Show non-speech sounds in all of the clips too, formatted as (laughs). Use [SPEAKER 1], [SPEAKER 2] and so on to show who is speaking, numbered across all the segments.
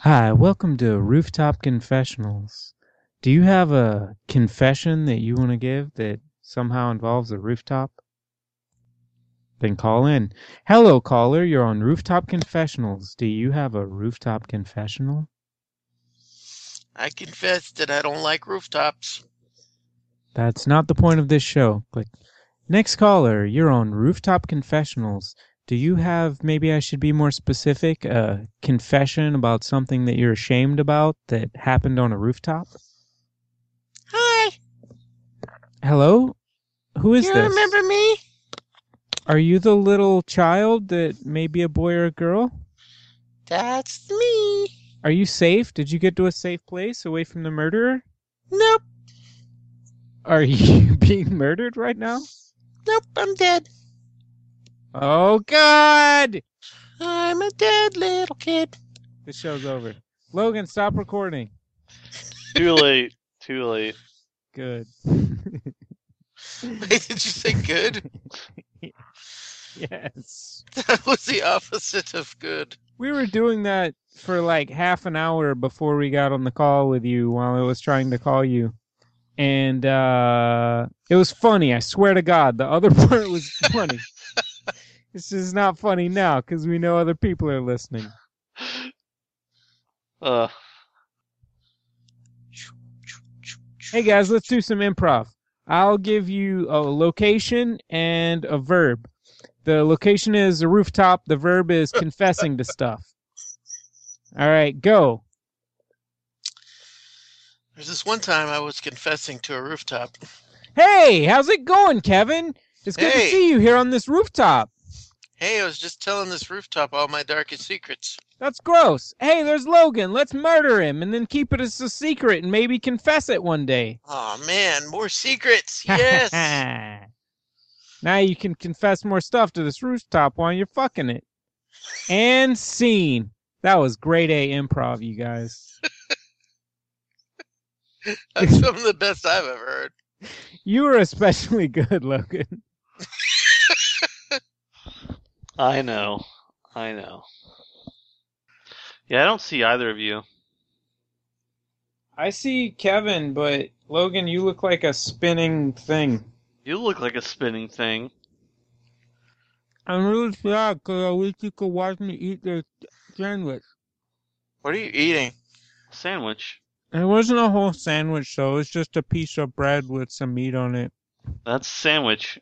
[SPEAKER 1] Hi, welcome to Rooftop Confessionals. Do you have a confession that you want to give that somehow involves a rooftop? Then call in. Hello, caller. You're on Rooftop Confessionals. Do you have a rooftop confessional?
[SPEAKER 2] I confess that I don't like rooftops.
[SPEAKER 1] That's not the point of this show. Click. Next caller, you're on Rooftop Confessionals. Do you have, maybe I should be more specific, a confession about something that you're ashamed about that happened on a rooftop?
[SPEAKER 2] Hi,
[SPEAKER 1] Hello? Who is
[SPEAKER 2] you
[SPEAKER 1] this?
[SPEAKER 2] remember me?
[SPEAKER 1] Are you the little child that may be a boy or a girl?
[SPEAKER 2] That's me.
[SPEAKER 1] Are you safe? Did you get to a safe place away from the murderer?
[SPEAKER 2] Nope,
[SPEAKER 1] Are (laughs) you being murdered right now?
[SPEAKER 2] nope, I'm dead.
[SPEAKER 1] Oh, God!
[SPEAKER 2] I'm a dead little kid.
[SPEAKER 1] The show's over. Logan, stop recording.
[SPEAKER 3] Too late. Too late.
[SPEAKER 1] Good.
[SPEAKER 2] (laughs)
[SPEAKER 1] (laughs)
[SPEAKER 2] Wait, did you say (laughs) good?
[SPEAKER 1] yes.
[SPEAKER 2] that was the opposite of good.
[SPEAKER 1] We were doing that for like half an hour before we got on the call with you while I was trying to call you. And uh it was funny, I swear to God. The other (laughs) part was funny. it's just not funny now because we know other people are listening.
[SPEAKER 3] Uh,
[SPEAKER 1] Hey guys, let's do some improv. I'll give you a location and a verb. The location is a rooftop, the verb is confessing to stuff. All right, go.
[SPEAKER 2] There's this one time I was confessing to a rooftop.
[SPEAKER 1] Hey, how's it going, Kevin? It's good to
[SPEAKER 2] Hey.
[SPEAKER 1] see you here on this rooftop.
[SPEAKER 2] Hey, I was just telling this rooftop all my darkest secrets.
[SPEAKER 1] That's gross. Hey, there's Logan. Let's murder him and then keep it as a secret and maybe confess it one day.
[SPEAKER 2] Oh man, more
[SPEAKER 1] (laughs)
[SPEAKER 2] secrets. Yes.
[SPEAKER 1] now you can confess more stuff to this rooftop while you're fucking it. And scene. That was grade A improv, you guys. (laughs)
[SPEAKER 2] That's some of the best I've ever heard.
[SPEAKER 1] You were especially (laughs) good, Logan.
[SPEAKER 3] I know. I know. Yeah, I don't see either of you.
[SPEAKER 1] I see Kevin, but Logan, you look like a spinning thing.
[SPEAKER 3] You look like a spinning thing.
[SPEAKER 1] I'm really sad because I wish you could watch me eat the sandwich.
[SPEAKER 2] What are you eating?
[SPEAKER 3] Sandwich.
[SPEAKER 1] It wasn't a whole sandwich, though. It's just a piece of bread with some meat on it.
[SPEAKER 3] That's sandwich.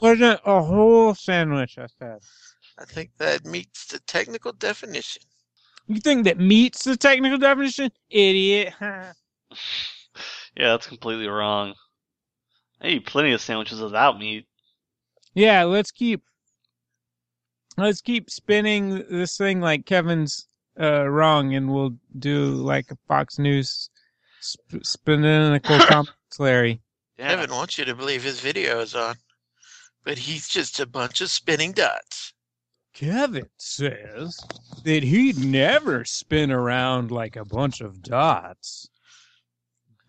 [SPEAKER 1] wasn't a whole sandwich, I said.
[SPEAKER 2] I think that meets the technical definition.
[SPEAKER 1] You think that meets the technical definition? Idiot. (laughs) huh?
[SPEAKER 3] Yeah, that's completely wrong. I eat plenty of sandwiches without meat.
[SPEAKER 1] yeah, let's keep. Let's keep spinning this thing like Kevin's uh, wrong, and we'll do like a Fox News sp- spininical commentary.
[SPEAKER 3] Yeah.
[SPEAKER 2] Kevin wants you to believe his video is on, but he's just a bunch of spinning dots.
[SPEAKER 1] Kevin says that he'd never spin around like a bunch of dots.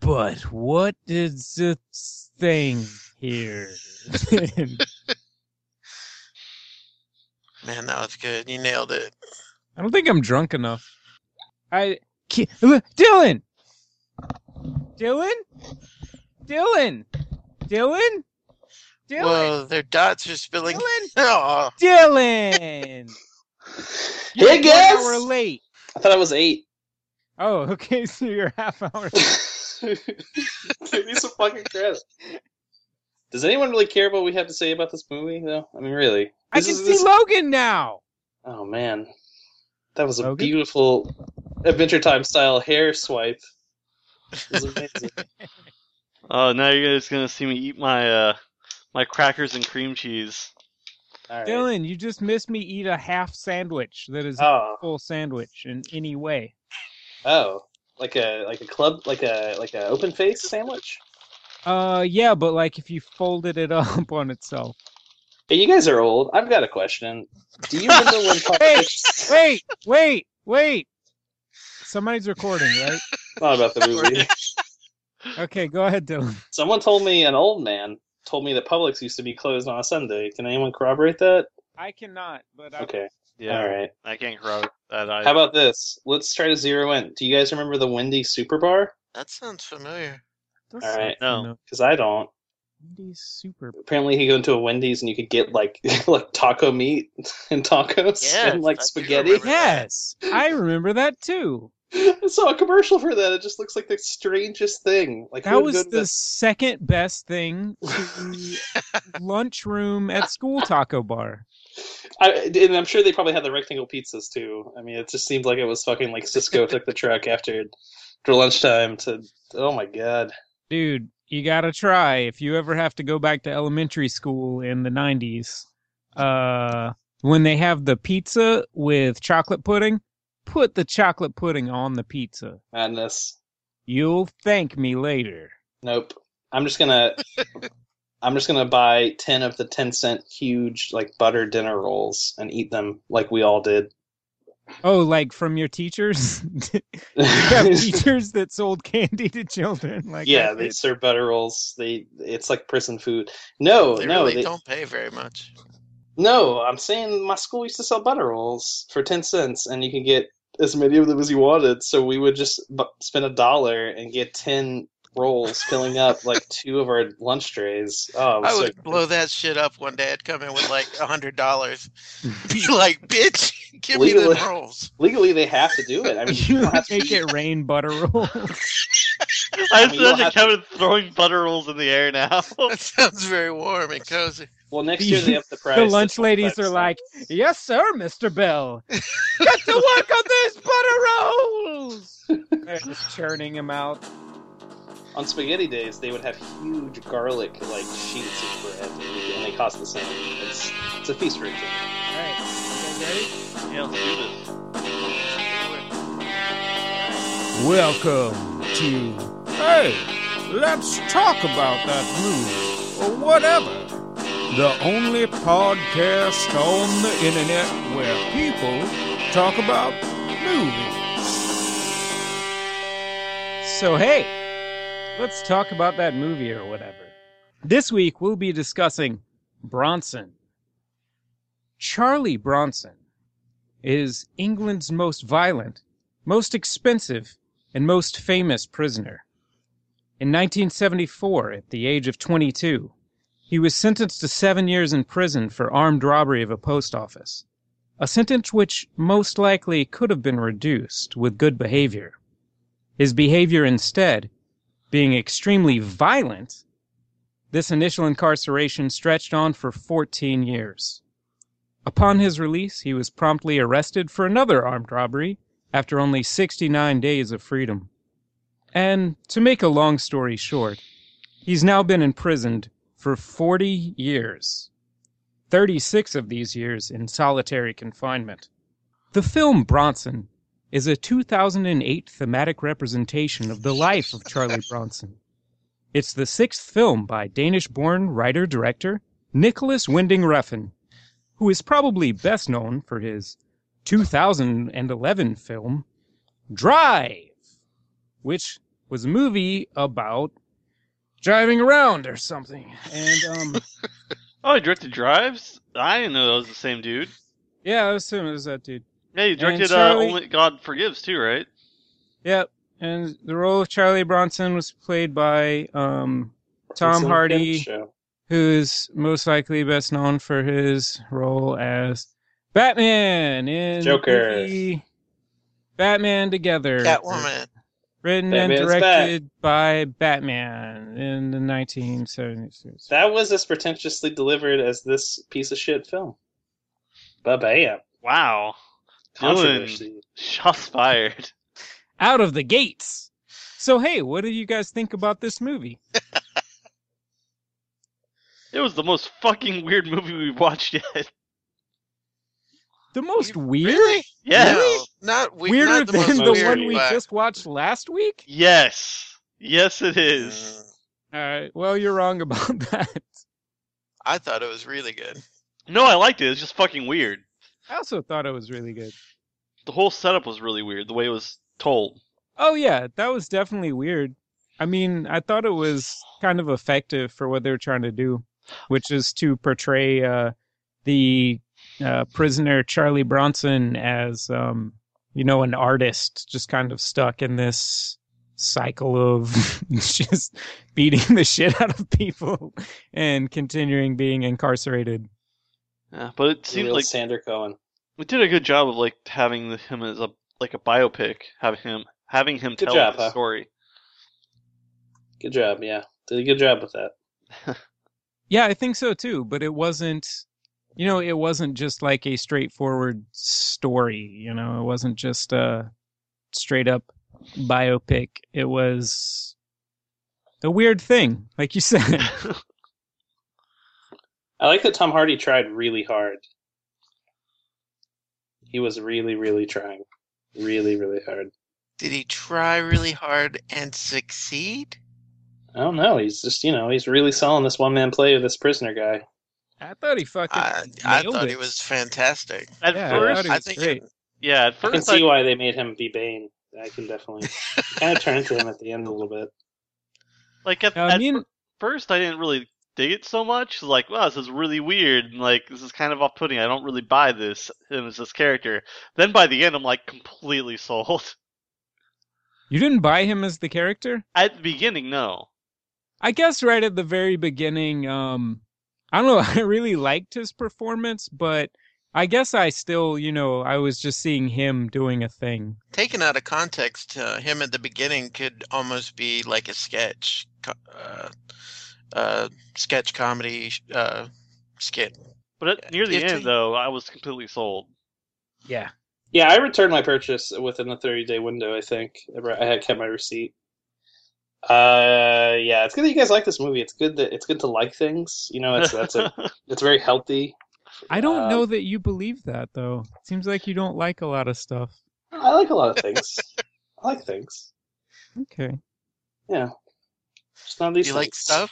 [SPEAKER 1] But what is the thing here? I
[SPEAKER 2] Man, that was good. You nailed it.
[SPEAKER 1] don't think I'm drunk enough. I Ki- look, Dylan. Dylan? Dylan. Dylan? Dylan.
[SPEAKER 2] Whoa, their dots are spilling. (laughs)
[SPEAKER 1] Dylan.
[SPEAKER 2] Oh,
[SPEAKER 1] Dylan. You're
[SPEAKER 4] Hey,
[SPEAKER 1] one
[SPEAKER 4] guys!
[SPEAKER 1] hour late.
[SPEAKER 4] I thought I was eight. (laughs)
[SPEAKER 1] Oh, okay. (laughs) So you're half hour late.
[SPEAKER 4] Give me some fucking credit. Does anyone really care what we have to say about this movie, though? I mean, really?
[SPEAKER 1] I
[SPEAKER 4] This
[SPEAKER 1] can
[SPEAKER 4] is-
[SPEAKER 1] see
[SPEAKER 4] this-
[SPEAKER 1] Logan now.
[SPEAKER 4] Oh man, that was a
[SPEAKER 1] Logan?
[SPEAKER 4] beautiful Adventure Time style hair swipe. It was
[SPEAKER 1] (laughs)
[SPEAKER 4] amazing.
[SPEAKER 3] Oh, now you're just gonna see me eat my uh my crackers and cream cheese.
[SPEAKER 4] All right.
[SPEAKER 1] Dylan, you just missed me eat a half sandwich that is not
[SPEAKER 4] Oh,
[SPEAKER 1] a full sandwich in any way.
[SPEAKER 4] oh, like a like a club, like a like a open face sandwich.
[SPEAKER 1] Uh, yeah, but like if you folded it (laughs) up on itself.
[SPEAKER 4] Hey, you guys are old. I've got a question. Do you remember
[SPEAKER 1] (laughs)
[SPEAKER 4] when politics?
[SPEAKER 1] Wait, wait, wait. Somebody's recording, right?
[SPEAKER 4] Not about the (laughs) movie.
[SPEAKER 1] Okay, go ahead, Dylan.
[SPEAKER 4] Someone told me an old man told me that Publix used to be closed on a Sunday. Can anyone corroborate that?
[SPEAKER 1] I cannot, but I
[SPEAKER 4] Okay.
[SPEAKER 3] Yeah,
[SPEAKER 4] All right.
[SPEAKER 3] I can't corroborate that. that I
[SPEAKER 4] How about this? Let's try to zero in. Do you guys remember the Wendy Super Bar?
[SPEAKER 2] That sounds familiar.
[SPEAKER 1] That's
[SPEAKER 4] All right,
[SPEAKER 3] no.
[SPEAKER 4] Because I don't.
[SPEAKER 1] Wendy's super.
[SPEAKER 4] Apparently, he go into a Wendy's and you could get like (laughs) like taco meat (laughs) and tacos
[SPEAKER 2] Yes,
[SPEAKER 4] and
[SPEAKER 2] I
[SPEAKER 4] like
[SPEAKER 2] do
[SPEAKER 4] spaghetti.
[SPEAKER 2] remember
[SPEAKER 1] Yes, I remember that too.
[SPEAKER 4] (laughs) I saw a commercial for that. It just looks like the strangest thing. Like who
[SPEAKER 1] That
[SPEAKER 4] would go
[SPEAKER 1] was
[SPEAKER 4] to
[SPEAKER 1] the second best thing to
[SPEAKER 4] (laughs)
[SPEAKER 1] lunchroom at school taco bar.
[SPEAKER 4] I, and I'm sure they probably had the rectangle pizzas too. I mean, it just seemed like it was fucking
[SPEAKER 3] (laughs)
[SPEAKER 4] like Cisco took the truck after after lunchtime to. Oh my god!
[SPEAKER 1] Dude, you gotta try if you ever have to go back to elementary school in the '90s. Uh, when they have the pizza with chocolate pudding, put the chocolate pudding on the pizza.
[SPEAKER 4] Madness.
[SPEAKER 1] You'll thank me later.
[SPEAKER 4] Nope. I'm
[SPEAKER 2] (laughs)
[SPEAKER 4] just gonna. I'm just gonna buy ten of the ten cent huge like butter dinner rolls and eat them like we all did.
[SPEAKER 1] Oh, like from your teachers? (laughs) you
[SPEAKER 4] (laughs)
[SPEAKER 1] have teachers that sold candy to children? Like
[SPEAKER 4] yeah,
[SPEAKER 1] I
[SPEAKER 4] they
[SPEAKER 1] did.
[SPEAKER 4] serve butter rolls. They it's like prison food. No,
[SPEAKER 2] they
[SPEAKER 4] no,
[SPEAKER 2] really
[SPEAKER 4] they,
[SPEAKER 2] don't pay very much.
[SPEAKER 4] no. I'm saying my school used to sell butter rolls for ten cents, and you can get as many of them as you wanted. So we would just bu- spend a dollar and get ten rolls, filling up like two of our lunch trays. Oh, it was
[SPEAKER 2] I
[SPEAKER 4] so
[SPEAKER 2] would blow that shit up one day. I'd come in with like a hundred dollars, be like, "Bitch, (laughs) give me the
[SPEAKER 4] Legally.
[SPEAKER 2] rolls." (laughs)
[SPEAKER 4] legally they have to do it. I mean, you
[SPEAKER 1] (laughs) you
[SPEAKER 4] don't have to
[SPEAKER 1] make
[SPEAKER 4] eat
[SPEAKER 1] it rain butter rolls.
[SPEAKER 3] I
[SPEAKER 4] mean, you'll
[SPEAKER 3] imagine
[SPEAKER 4] have to-
[SPEAKER 3] Kevin throwing butter rolls in the air now. (laughs)
[SPEAKER 2] That sounds very warm and cozy.
[SPEAKER 1] (laughs)
[SPEAKER 4] Well, next year they up the price.
[SPEAKER 1] the
[SPEAKER 4] to
[SPEAKER 1] lunch ladies
[SPEAKER 4] 25%.
[SPEAKER 1] are like, "Yes, sir, Mr. Bell. Get to work on these butter rolls." They're just churning them out.
[SPEAKER 4] on spaghetti days, they would have huge garlic like sheets of bread, and they cost the same. It's, it's a feast for a king.
[SPEAKER 1] All right, you guys ready?
[SPEAKER 3] yeah, let's do this.
[SPEAKER 1] Welcome to Hey, Let's Talk About That Movie, or whatever. The only podcast on the internet where people talk about movies. So, hey, let's talk about that movie or whatever. This week we'll be discussing Bronson. Charlie Bronson is England's most violent, most expensive, and most famous prisoner. In 1974, at the age of 22, he was sentenced to seven years in prison for armed robbery of a post office, a sentence which most likely could have been reduced with good behavior. His behavior instead, being extremely violent, this initial incarceration stretched on for 14 years. Upon his release, he was promptly arrested for another armed robbery after only 69 days of freedom. And to make a long story short, he's now been imprisoned for 40 years, 36 of these years in solitary confinement. The film Bronson is a 2008 thematic representation of the life of Charlie Bronson. It's the sixth film by Danish born writer director Nicholas Winding Refn, who is probably best known for his 2011 film Drive, which was a movie about driving around or something. And um,
[SPEAKER 3] Oh, he directed Drives. I didn't know that was the same dude.
[SPEAKER 1] (laughs) yeah, I assume it was that dude.
[SPEAKER 3] Yeah, he directed
[SPEAKER 1] Charlie-
[SPEAKER 3] uh, Only God Forgives too, right?
[SPEAKER 1] Yep. And the role of Charlie Bronson was played by um, Tom
[SPEAKER 4] It's in
[SPEAKER 1] Hardy.
[SPEAKER 4] Kim's show.
[SPEAKER 1] who's most likely best known for his role as Batman in
[SPEAKER 4] Joker.
[SPEAKER 1] the movie Batman Together,
[SPEAKER 2] Catwoman.
[SPEAKER 1] written
[SPEAKER 4] Batman's
[SPEAKER 1] and directed by Batman in the 1970s.
[SPEAKER 4] That was as pretentiously delivered as this piece of shit film. But bam,
[SPEAKER 3] Wow.
[SPEAKER 4] controversy.
[SPEAKER 3] Shots fired.
[SPEAKER 1] Out of the gates. So hey, what do you guys think about this movie?
[SPEAKER 3] It was the most fucking weird movie we've watched yet. (laughs)
[SPEAKER 1] The most
[SPEAKER 2] You-
[SPEAKER 1] weird,
[SPEAKER 2] Really?
[SPEAKER 3] Yes.
[SPEAKER 2] No, not we,
[SPEAKER 1] weirder
[SPEAKER 2] not the
[SPEAKER 1] than
[SPEAKER 2] most
[SPEAKER 1] the
[SPEAKER 2] weird,
[SPEAKER 1] one we
[SPEAKER 2] but-
[SPEAKER 1] just watched last week.
[SPEAKER 3] Yes. Yes, it is.
[SPEAKER 2] Mm,
[SPEAKER 1] All right. Well, you're wrong about (laughs) that.
[SPEAKER 2] I thought it was really good.
[SPEAKER 4] Uh.
[SPEAKER 3] No, I liked it. It's just fucking weird.
[SPEAKER 1] I also thought it was really good.
[SPEAKER 3] The whole setup was really weird. The way it was told.
[SPEAKER 1] Oh yeah, that was definitely weird. I mean, I thought it was kind of effective for what they were trying to do, which is to portray uh, the uh, prisoner Charlie Bronson as um, you know, an artist just kind of stuck in this cycle of (laughs) just beating the shit out of people and continuing being incarcerated.
[SPEAKER 3] Yeah, but it seems
[SPEAKER 4] Real
[SPEAKER 3] like
[SPEAKER 4] Sander Cohen.
[SPEAKER 3] we did a good job of like having the, him as a like a biopic, having him having him
[SPEAKER 4] Good
[SPEAKER 3] tell
[SPEAKER 4] job,
[SPEAKER 3] the
[SPEAKER 4] huh?
[SPEAKER 3] story. (laughs)
[SPEAKER 4] Good job. Yeah, did a good job with that.
[SPEAKER 1] Yeah, I think so too, but it wasn't you know, it wasn't just like a straightforward story, you know, it wasn't just a straight up biopic. It was a weird thing, like you (laughs) said.
[SPEAKER 4] I like that Tom Hardy tried really hard. He was really, really trying, really, really hard.
[SPEAKER 2] Did he try really hard and succeed?
[SPEAKER 4] I don't know. He's just you know he's really selling this one man play of this prisoner guy.
[SPEAKER 1] I thought he fucking
[SPEAKER 2] I, I
[SPEAKER 1] nailed
[SPEAKER 2] thought
[SPEAKER 1] it.
[SPEAKER 2] he was fantastic.
[SPEAKER 3] At
[SPEAKER 1] Yeah, I
[SPEAKER 3] first,
[SPEAKER 1] thought he
[SPEAKER 2] I
[SPEAKER 1] was
[SPEAKER 2] think
[SPEAKER 1] great.
[SPEAKER 3] yeah, at
[SPEAKER 4] I can
[SPEAKER 3] first I,
[SPEAKER 4] see why they made him be Bane. I
[SPEAKER 2] (laughs)
[SPEAKER 4] can definitely kind of turn to him at the end a little bit.
[SPEAKER 3] like at,
[SPEAKER 1] Now, I
[SPEAKER 3] at
[SPEAKER 1] mean,
[SPEAKER 3] fir- first I didn't really dig it so much. Like, wow, this is really weird. And, like, this is kind of off-putting. I don't really buy this him as this character. Then by the end, I'm like completely (laughs) sold.
[SPEAKER 1] you didn't buy him as the character?
[SPEAKER 3] At the beginning, no.
[SPEAKER 1] I guess right at the very beginning, um, I don't know, (laughs) I really liked his performance, but I guess I still, you know, I was just seeing him doing a thing.
[SPEAKER 2] Taken out of context, uh, him at the beginning could almost be like a sketch, co- uh, uh, sketch comedy uh, skit.
[SPEAKER 3] But at, near the
[SPEAKER 2] If
[SPEAKER 3] end,
[SPEAKER 2] they-
[SPEAKER 3] though, I was completely sold.
[SPEAKER 1] Yeah.
[SPEAKER 4] Yeah, I returned my purchase within the 30 day window, I think. I had kept my receipt. Uh yeah, it's good that you guys like this movie. It's good that it's good to like things. You know, it's that's
[SPEAKER 2] (laughs)
[SPEAKER 4] a it's very healthy.
[SPEAKER 1] I don't
[SPEAKER 4] Um,
[SPEAKER 1] know that you believe that though. Seems like you don't like a lot of stuff.
[SPEAKER 4] I like a lot of things. I like things.
[SPEAKER 1] Okay.
[SPEAKER 4] Yeah. Just not
[SPEAKER 2] Do
[SPEAKER 4] these
[SPEAKER 2] you like
[SPEAKER 4] things.
[SPEAKER 2] stuff?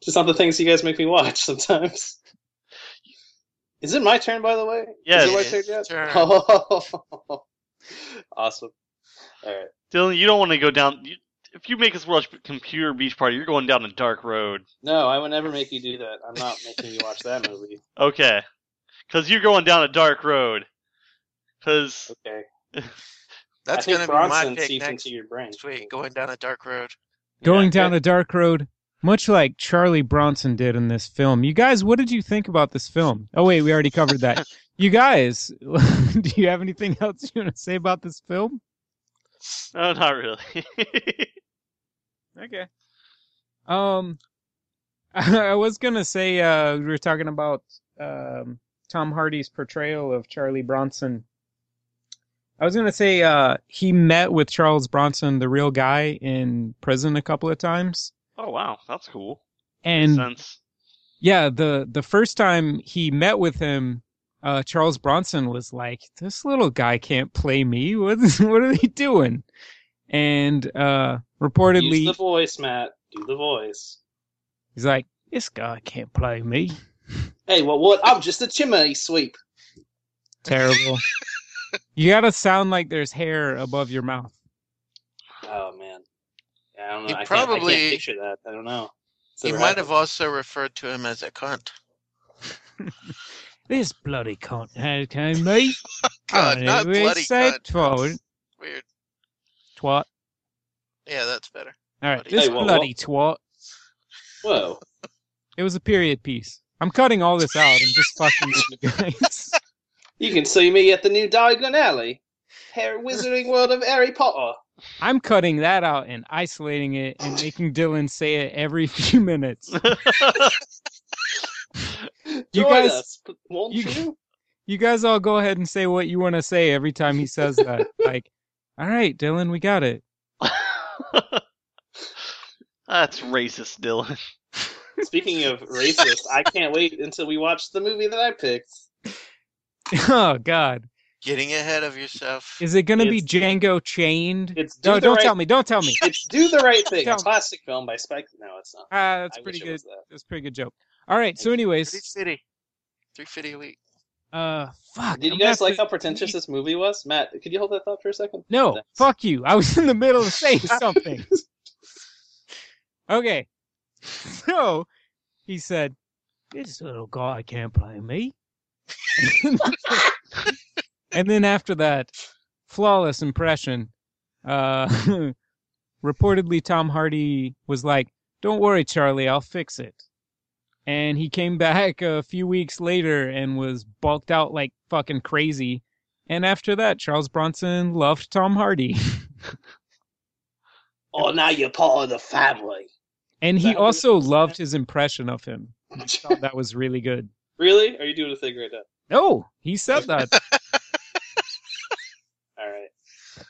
[SPEAKER 4] Just not the things you guys make me watch (laughs) sometimes. Is it my turn by the way?
[SPEAKER 3] Yes.
[SPEAKER 4] Is it my
[SPEAKER 2] It is
[SPEAKER 4] turn
[SPEAKER 2] turn.
[SPEAKER 4] yet? Oh. (laughs) awesome. All right.
[SPEAKER 3] (laughs) Dylan, you don't want to go down. You, if you make us watch Computer Beach Party, you're going down a dark road.
[SPEAKER 4] No, I would never make you do that. I'm not making you watch
[SPEAKER 2] (laughs)
[SPEAKER 4] that movie.
[SPEAKER 3] Okay, because you're going down a dark road. Because
[SPEAKER 4] Okay.
[SPEAKER 2] That's
[SPEAKER 4] I
[SPEAKER 2] going to
[SPEAKER 4] think
[SPEAKER 2] be
[SPEAKER 4] Bronson
[SPEAKER 2] my pick
[SPEAKER 4] seeped
[SPEAKER 2] next
[SPEAKER 4] into your brain.
[SPEAKER 2] week. Going down a dark road.
[SPEAKER 1] Going
[SPEAKER 4] Yeah.
[SPEAKER 1] down a dark road, much like Charlie Bronson did in this film. You guys, what did you think about this film? Oh wait, we already covered
[SPEAKER 4] (laughs)
[SPEAKER 1] that. you guys, (laughs) do you have anything else you want to say about this film?
[SPEAKER 3] no, not really. (laughs)
[SPEAKER 1] Okay. Um, (laughs) I was gonna say uh, we were talking about um, Tom Hardy's portrayal of Charlie Bronson. I was gonna say uh, he met with Charles Bronson, the real guy, in prison a couple of times,
[SPEAKER 3] oh wow, that's cool.
[SPEAKER 1] and
[SPEAKER 3] Sense.
[SPEAKER 1] yeah, the the first time he met with him, uh, Charles Bronson was like, "This little guy can't play me. What (laughs) what are they doing?" And uh, reportedly,
[SPEAKER 4] Use the voice, Matt. Do the voice.
[SPEAKER 1] He's like, this guy can't play me.
[SPEAKER 4] Hey, well, what? I'm just a chimney sweep.
[SPEAKER 1] Terrible. (laughs) you gotta sound like there's hair above your mouth.
[SPEAKER 4] Oh man, yeah, I don't know.
[SPEAKER 2] He
[SPEAKER 4] I, can't, I
[SPEAKER 2] probably-
[SPEAKER 4] can't picture that. I don't know. It's
[SPEAKER 2] He
[SPEAKER 4] never
[SPEAKER 2] might
[SPEAKER 4] happened.
[SPEAKER 2] have also referred to him as a cunt.
[SPEAKER 1] This bloody cunt has
[SPEAKER 2] (laughs)
[SPEAKER 1] came me.
[SPEAKER 2] God,
[SPEAKER 1] Oh,
[SPEAKER 2] not
[SPEAKER 1] we
[SPEAKER 2] bloody
[SPEAKER 1] said
[SPEAKER 2] cunt.
[SPEAKER 1] twat.
[SPEAKER 2] Weird.
[SPEAKER 1] Twat.
[SPEAKER 2] Yeah, that's better.
[SPEAKER 1] All right,
[SPEAKER 2] Bloody
[SPEAKER 1] this
[SPEAKER 4] Hey, whoa,
[SPEAKER 1] bloody twat.
[SPEAKER 4] Whoa,
[SPEAKER 1] It was a period piece. I'm cutting all this out. I'm just fucking with you
[SPEAKER 2] (laughs)
[SPEAKER 1] guys.
[SPEAKER 4] you can see me at the new Diagon Alley, Hair Wizarding World of Harry Potter.
[SPEAKER 1] I'm cutting that out and isolating it and making Dylan say it every (laughs) few minutes. You
[SPEAKER 4] Join
[SPEAKER 1] guys-
[SPEAKER 4] us, p- won't
[SPEAKER 1] you-
[SPEAKER 4] you?
[SPEAKER 1] You guys all go ahead and say what you want to say every time he says
[SPEAKER 2] (laughs)
[SPEAKER 1] that. like, all right, Dylan, we got it. (laughs)
[SPEAKER 3] (laughs) that's racist, Dylan.
[SPEAKER 4] Speaking of racist, I can't wait until we watch the movie that I picked.
[SPEAKER 1] oh God.
[SPEAKER 2] Getting ahead of yourself.
[SPEAKER 1] Is it gonna be
[SPEAKER 4] It's-
[SPEAKER 1] Django chained?
[SPEAKER 4] It's do
[SPEAKER 1] no,
[SPEAKER 4] the
[SPEAKER 1] don't
[SPEAKER 4] right.
[SPEAKER 1] tell me. Don't
[SPEAKER 4] (laughs)
[SPEAKER 1] tell me.
[SPEAKER 4] It's do the right thing. A
[SPEAKER 1] Tell me.
[SPEAKER 4] classic film by Spike. No, it's not.
[SPEAKER 1] Ah, that's
[SPEAKER 4] I
[SPEAKER 1] pretty
[SPEAKER 4] wish it
[SPEAKER 1] good.
[SPEAKER 4] was that.
[SPEAKER 1] That's a pretty good joke. All right. So, anyways,
[SPEAKER 2] 350. 350 a week.
[SPEAKER 1] uh, fuck. I'm
[SPEAKER 4] Did you
[SPEAKER 1] gonna
[SPEAKER 4] guys
[SPEAKER 1] have
[SPEAKER 4] like
[SPEAKER 1] to-
[SPEAKER 4] how pretentious this movie was? Matt, could you hold that thought for a second?
[SPEAKER 1] No,
[SPEAKER 4] Thanks.
[SPEAKER 1] fuck you. I was in the middle of saying something. okay. So he said, "This little guy (laughs) can't play me." and then after that, flawless impression. Uh, (laughs) reportedly, Tom Hardy was like, "Don't worry, Charlie, I'll fix it." And he came back a few weeks later and was bulked out like fucking crazy. And after that, Charles Bronson loved Tom Hardy. (laughs)
[SPEAKER 4] Oh, now you're part of the family. (laughs)
[SPEAKER 1] And he
[SPEAKER 4] That was-
[SPEAKER 1] also loved his impression of him. I thought that was really good.
[SPEAKER 4] Really? Are you doing a thing right now?
[SPEAKER 1] No, he
[SPEAKER 4] (laughs)
[SPEAKER 1] said that.
[SPEAKER 4] All right.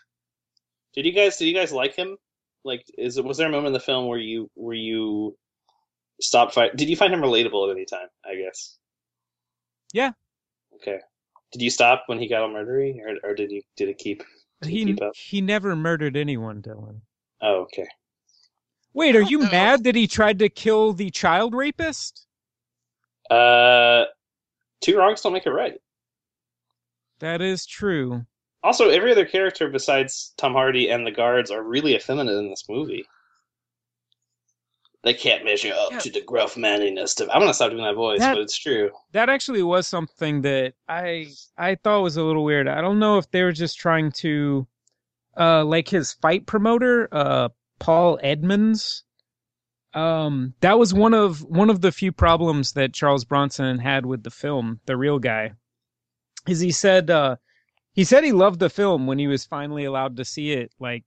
[SPEAKER 4] Did you guys? Did you guys like him? Like, is it? Was there a moment in the film where you where you stopped fight? Did you find him relatable at any time? I guess.
[SPEAKER 1] Yeah.
[SPEAKER 4] Okay. Did you stop when he got all murdery, or, or did you did it keep? Did it
[SPEAKER 1] He
[SPEAKER 4] keep up?
[SPEAKER 1] he never murdered anyone, Dylan.
[SPEAKER 4] Oh, okay.
[SPEAKER 1] Wait, are you
[SPEAKER 2] No.
[SPEAKER 1] mad that he tried to kill the child rapist?
[SPEAKER 4] Uh, two wrongs don't make it right.
[SPEAKER 1] That is true.
[SPEAKER 4] Also, every other character besides Tom Hardy and the guards are really effeminate in this movie. They can't measure up
[SPEAKER 1] Yeah.
[SPEAKER 4] to the gruff manliness. Of, I'm gonna stop doing that voice,
[SPEAKER 1] That-
[SPEAKER 4] but it's true.
[SPEAKER 1] That actually was something that I I thought was a little weird. I don't know if they were just trying to uh like his fight promoter, uh Paul Edmonds. Um that was one of one of the few problems that Charles Bronson had with the film, the real guy. Is he said uh he said he loved the film when he was finally allowed to see it like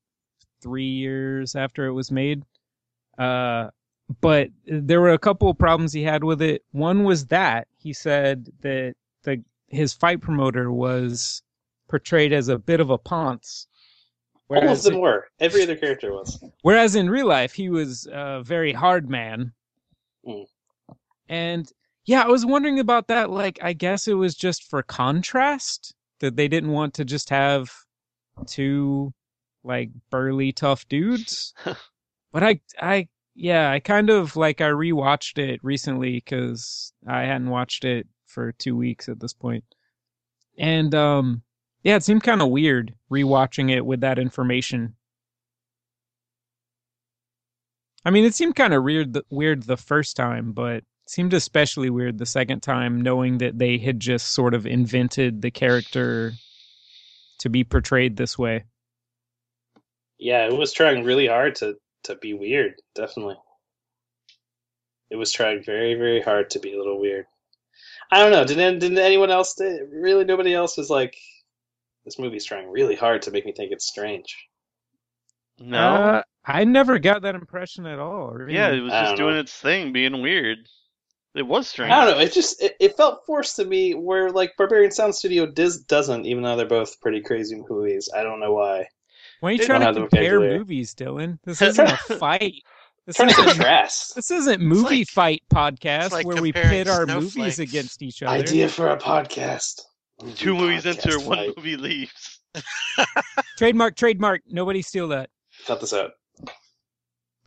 [SPEAKER 1] 3 years after it was made. Uh but there were a couple of problems he had with it. One was that he said that the his fight promoter was portrayed as a bit of a ponce,
[SPEAKER 4] All of
[SPEAKER 1] whereas
[SPEAKER 4] them were. Every other character was.
[SPEAKER 1] whereas in real life he was a very hard man.
[SPEAKER 4] Mm.
[SPEAKER 1] And yeah, I was wondering about that. Like, I guess it was just for contrast that they didn't want to just have two like burly tough dudes. but I, I, yeah, I kind of like I rewatched it recently because I hadn't watched it for two weeks at this point, and um, yeah, it seemed kind of weird rewatching it with that information. I mean, it seemed kind of weird, the, weird the first time, but it seemed especially weird the second time, knowing that they had just sort of invented the character to be portrayed this way.
[SPEAKER 4] Yeah, it was trying really hard to to be weird. Definitely, it was trying very very hard to be a little weird. I don't know. Did not did not anyone else? Did, really, nobody else was like, this movie's trying really hard to make me think it's strange.
[SPEAKER 3] No.
[SPEAKER 1] Uh, I never got that impression at all. Really.
[SPEAKER 3] yeah, it was
[SPEAKER 4] I
[SPEAKER 3] just
[SPEAKER 4] don't
[SPEAKER 3] doing
[SPEAKER 4] know.
[SPEAKER 3] its thing, being weird. It was strange.
[SPEAKER 4] I don't know. It just it, it felt forced to me. Where like Barbarian Sound Studio dis- doesn't, even though they're both pretty crazy movies. I don't know why.
[SPEAKER 1] Why are you
[SPEAKER 3] They
[SPEAKER 1] trying
[SPEAKER 4] don't
[SPEAKER 1] to
[SPEAKER 4] have the
[SPEAKER 1] compare
[SPEAKER 4] vocabulary.
[SPEAKER 1] movies, Dylan?
[SPEAKER 2] (laughs)
[SPEAKER 1] This isn't a fight. This
[SPEAKER 4] Trying to
[SPEAKER 1] isn't,
[SPEAKER 4] contrast.
[SPEAKER 1] this isn't movie
[SPEAKER 2] like-
[SPEAKER 1] fight podcast
[SPEAKER 2] like
[SPEAKER 1] where we
[SPEAKER 2] comparing
[SPEAKER 1] pit our
[SPEAKER 2] snowflakes.
[SPEAKER 1] movies against each other.
[SPEAKER 4] Idea for a podcast.
[SPEAKER 3] Two movies enter,
[SPEAKER 4] Podcast
[SPEAKER 3] one
[SPEAKER 4] fight.
[SPEAKER 3] movie leaves.
[SPEAKER 1] Trademark, trademark. Nobody steal that.
[SPEAKER 4] Cut this out.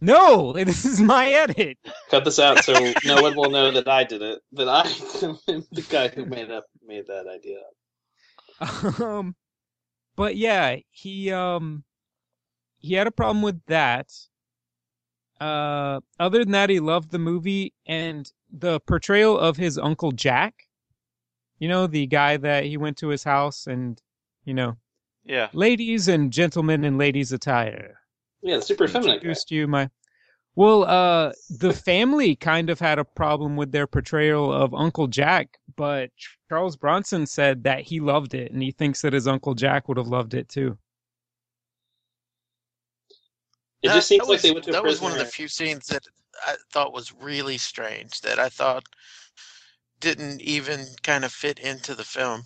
[SPEAKER 1] No, (laughs) this is my edit.
[SPEAKER 4] Cut this out so no one will know that I did it. That I (laughs) am the guy who made up made that idea.
[SPEAKER 1] (laughs)
[SPEAKER 4] up.
[SPEAKER 1] um but yeah he um he had a problem with that uh other than that he loved the movie and the portrayal of his uncle jack you know the guy that he went to his house and you know
[SPEAKER 3] Yeah.
[SPEAKER 1] ladies and gentlemen in ladies attire
[SPEAKER 4] Yeah, the super feminine. guy.
[SPEAKER 1] introduced you my well uh the family kind of had a problem with their portrayal of uncle jack but charles bronson said that he loved it and he thinks that his uncle jack would have loved it too
[SPEAKER 4] It
[SPEAKER 2] That-
[SPEAKER 4] just seems
[SPEAKER 2] that
[SPEAKER 4] like
[SPEAKER 2] was-
[SPEAKER 4] they went to a
[SPEAKER 2] That was
[SPEAKER 4] prison.
[SPEAKER 2] one of the few scenes that I thought was really strange that I thought didn't even kind of fit into the film.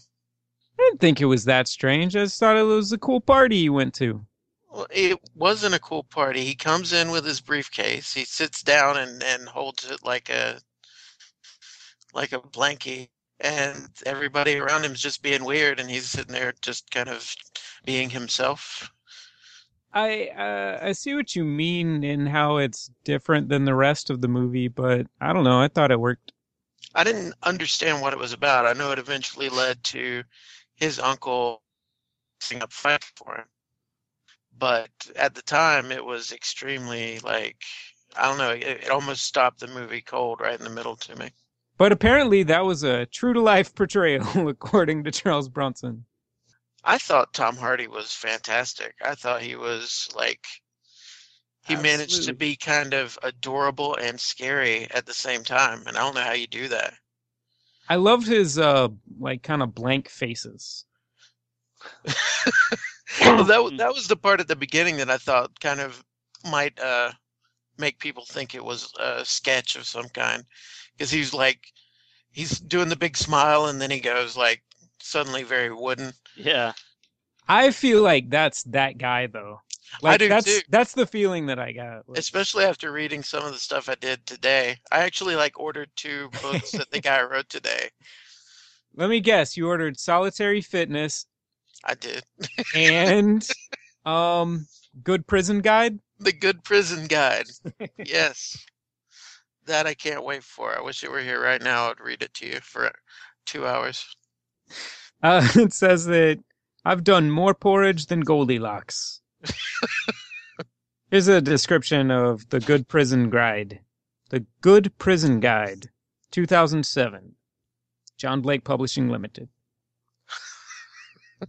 [SPEAKER 1] i didn't think it was that strange i just thought it was a cool party he went to
[SPEAKER 2] Well, it wasn't a cool party. He comes in with his briefcase. He sits down and, and holds it like a like a blankie, and everybody around him's just being weird, and he's sitting there just kind of being himself.
[SPEAKER 1] i uh, i see what you mean in how it's different than the rest of the movie but i don't know i thought it worked
[SPEAKER 2] I didn't understand what it was about. I know it eventually led to his uncle setting up fight for him, but at the time it was extremely like I don't know. It, it almost stopped the movie cold right in the middle to me.
[SPEAKER 1] (laughs) but apparently that was a true to life portrayal according to charles bronson
[SPEAKER 2] I thought Tom Hardy was fantastic. I thought he was like he managed to
[SPEAKER 1] Absolutely.
[SPEAKER 2] be kind of adorable and scary at the same time, and I don't know how you do that.
[SPEAKER 1] I loved his uh like kind of blank faces.
[SPEAKER 2] well, that wa- that was the part at the beginning that I thought kind of might uh, make people think it was a sketch of some kind, because he's like he's doing the big smile and then he goes like suddenly very wooden.
[SPEAKER 3] Yeah.
[SPEAKER 1] I feel like that's that guy though. Like
[SPEAKER 2] do,
[SPEAKER 1] that's
[SPEAKER 2] too.
[SPEAKER 1] that's the feeling that I got. Like,
[SPEAKER 2] Especially after reading some of the stuff I did today, I actually like ordered two books that the guy wrote today.
[SPEAKER 1] let me guess, you ordered Solitary Fitness
[SPEAKER 2] I did (laughs)
[SPEAKER 1] and um Good Prison Guide.
[SPEAKER 2] the Good Prison Guide. yes, that I can't wait for. I wish it were here right now. I'd read it to you for two hours.
[SPEAKER 1] Uh, (laughs) it says that I've done more porridge than Goldilocks. Here's a description of the Good Prison Guide. The Good Prison Guide, 2007. John Blake Publishing Limited.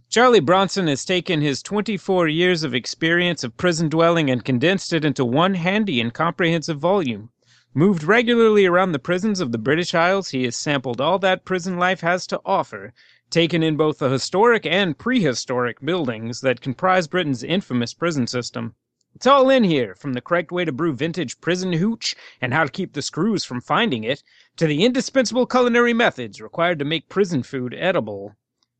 [SPEAKER 1] Charlie Bronson has taken his 24 years of experience of prison dwelling and condensed it into one handy and comprehensive volume. Moved regularly around the prisons of the British Isles, he has sampled all that prison life has to offer taken in both the historic and prehistoric buildings that comprise Britain's infamous prison system. It's all in here, from the correct way to brew vintage prison hooch and how to keep the screws from finding it, to the indispensable culinary methods required to make prison food edible.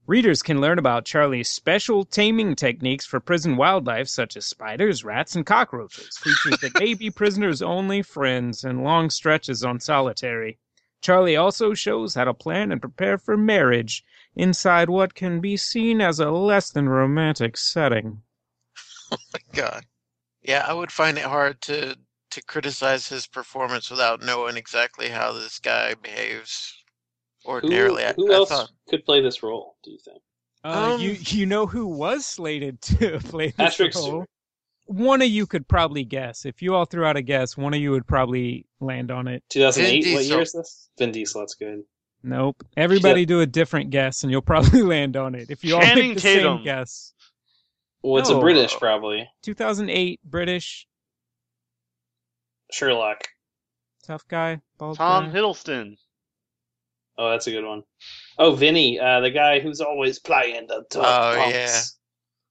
[SPEAKER 1] Readers can learn about Charlie's special taming techniques for prison wildlife such as spiders, rats, and cockroaches, creatures that may be prisoners' only friends and long stretches on solitary. Charlie also shows how to plan and prepare for marriage, inside what can be seen as a less than romantic setting.
[SPEAKER 2] God. Yeah, I would find it hard to to criticize his performance without knowing exactly how this guy behaves
[SPEAKER 4] Who,
[SPEAKER 2] ordinarily. I-
[SPEAKER 4] who
[SPEAKER 2] I,
[SPEAKER 4] else
[SPEAKER 2] thought
[SPEAKER 4] could play this role? Do you think?
[SPEAKER 1] Uh, you
[SPEAKER 2] Um,
[SPEAKER 1] you know who was slated (laughs) to play this
[SPEAKER 4] Patrick
[SPEAKER 1] role?
[SPEAKER 4] Stewart.
[SPEAKER 1] One of you could probably guess. If you all threw out a guess, one of you would probably land on it.
[SPEAKER 4] 2008. What
[SPEAKER 2] Diesel.
[SPEAKER 4] year is this? Vin Diesel. That's good.
[SPEAKER 1] Nope. Everybody do a different guess, and you'll (laughs) probably land on it. If you all
[SPEAKER 3] Channing
[SPEAKER 1] pick the
[SPEAKER 3] Tatum.
[SPEAKER 1] same guess,
[SPEAKER 4] Well, it's
[SPEAKER 1] No.
[SPEAKER 4] a British, probably.
[SPEAKER 1] 2008 British
[SPEAKER 4] Sherlock.
[SPEAKER 1] tough guy, bald
[SPEAKER 3] Tom
[SPEAKER 1] guy.
[SPEAKER 3] Hiddleston.
[SPEAKER 4] Oh, that's a good one. Oh, Vinny, uh, the guy who's always playing the top
[SPEAKER 2] Oh,
[SPEAKER 4] punks,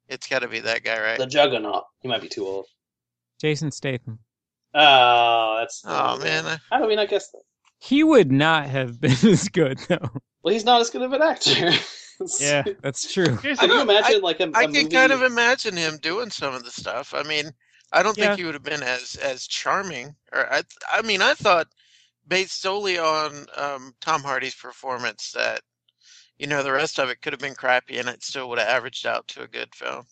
[SPEAKER 2] it's got to be that guy, right?
[SPEAKER 4] the juggernaut. He might be too old.
[SPEAKER 1] Jason Statham.
[SPEAKER 4] Oh, that's.
[SPEAKER 2] Oh man, I-
[SPEAKER 4] How do we not guess that?
[SPEAKER 1] He would not have (laughs) been as good though.
[SPEAKER 4] Well, he's not as good of an actor. (laughs)
[SPEAKER 1] Yeah, that's true.
[SPEAKER 3] Here's
[SPEAKER 4] Can
[SPEAKER 3] the-
[SPEAKER 4] you imagine like a,
[SPEAKER 2] I
[SPEAKER 4] a
[SPEAKER 2] can
[SPEAKER 4] movie?
[SPEAKER 2] kind of imagine him doing some of the stuff. I mean, I don't
[SPEAKER 1] Yeah.
[SPEAKER 2] think he would have been as as charming. Or I, I mean, I thought based solely on um, Tom Hardy's performance that you know the rest of it could have been crappy and it still would have averaged out to a good film.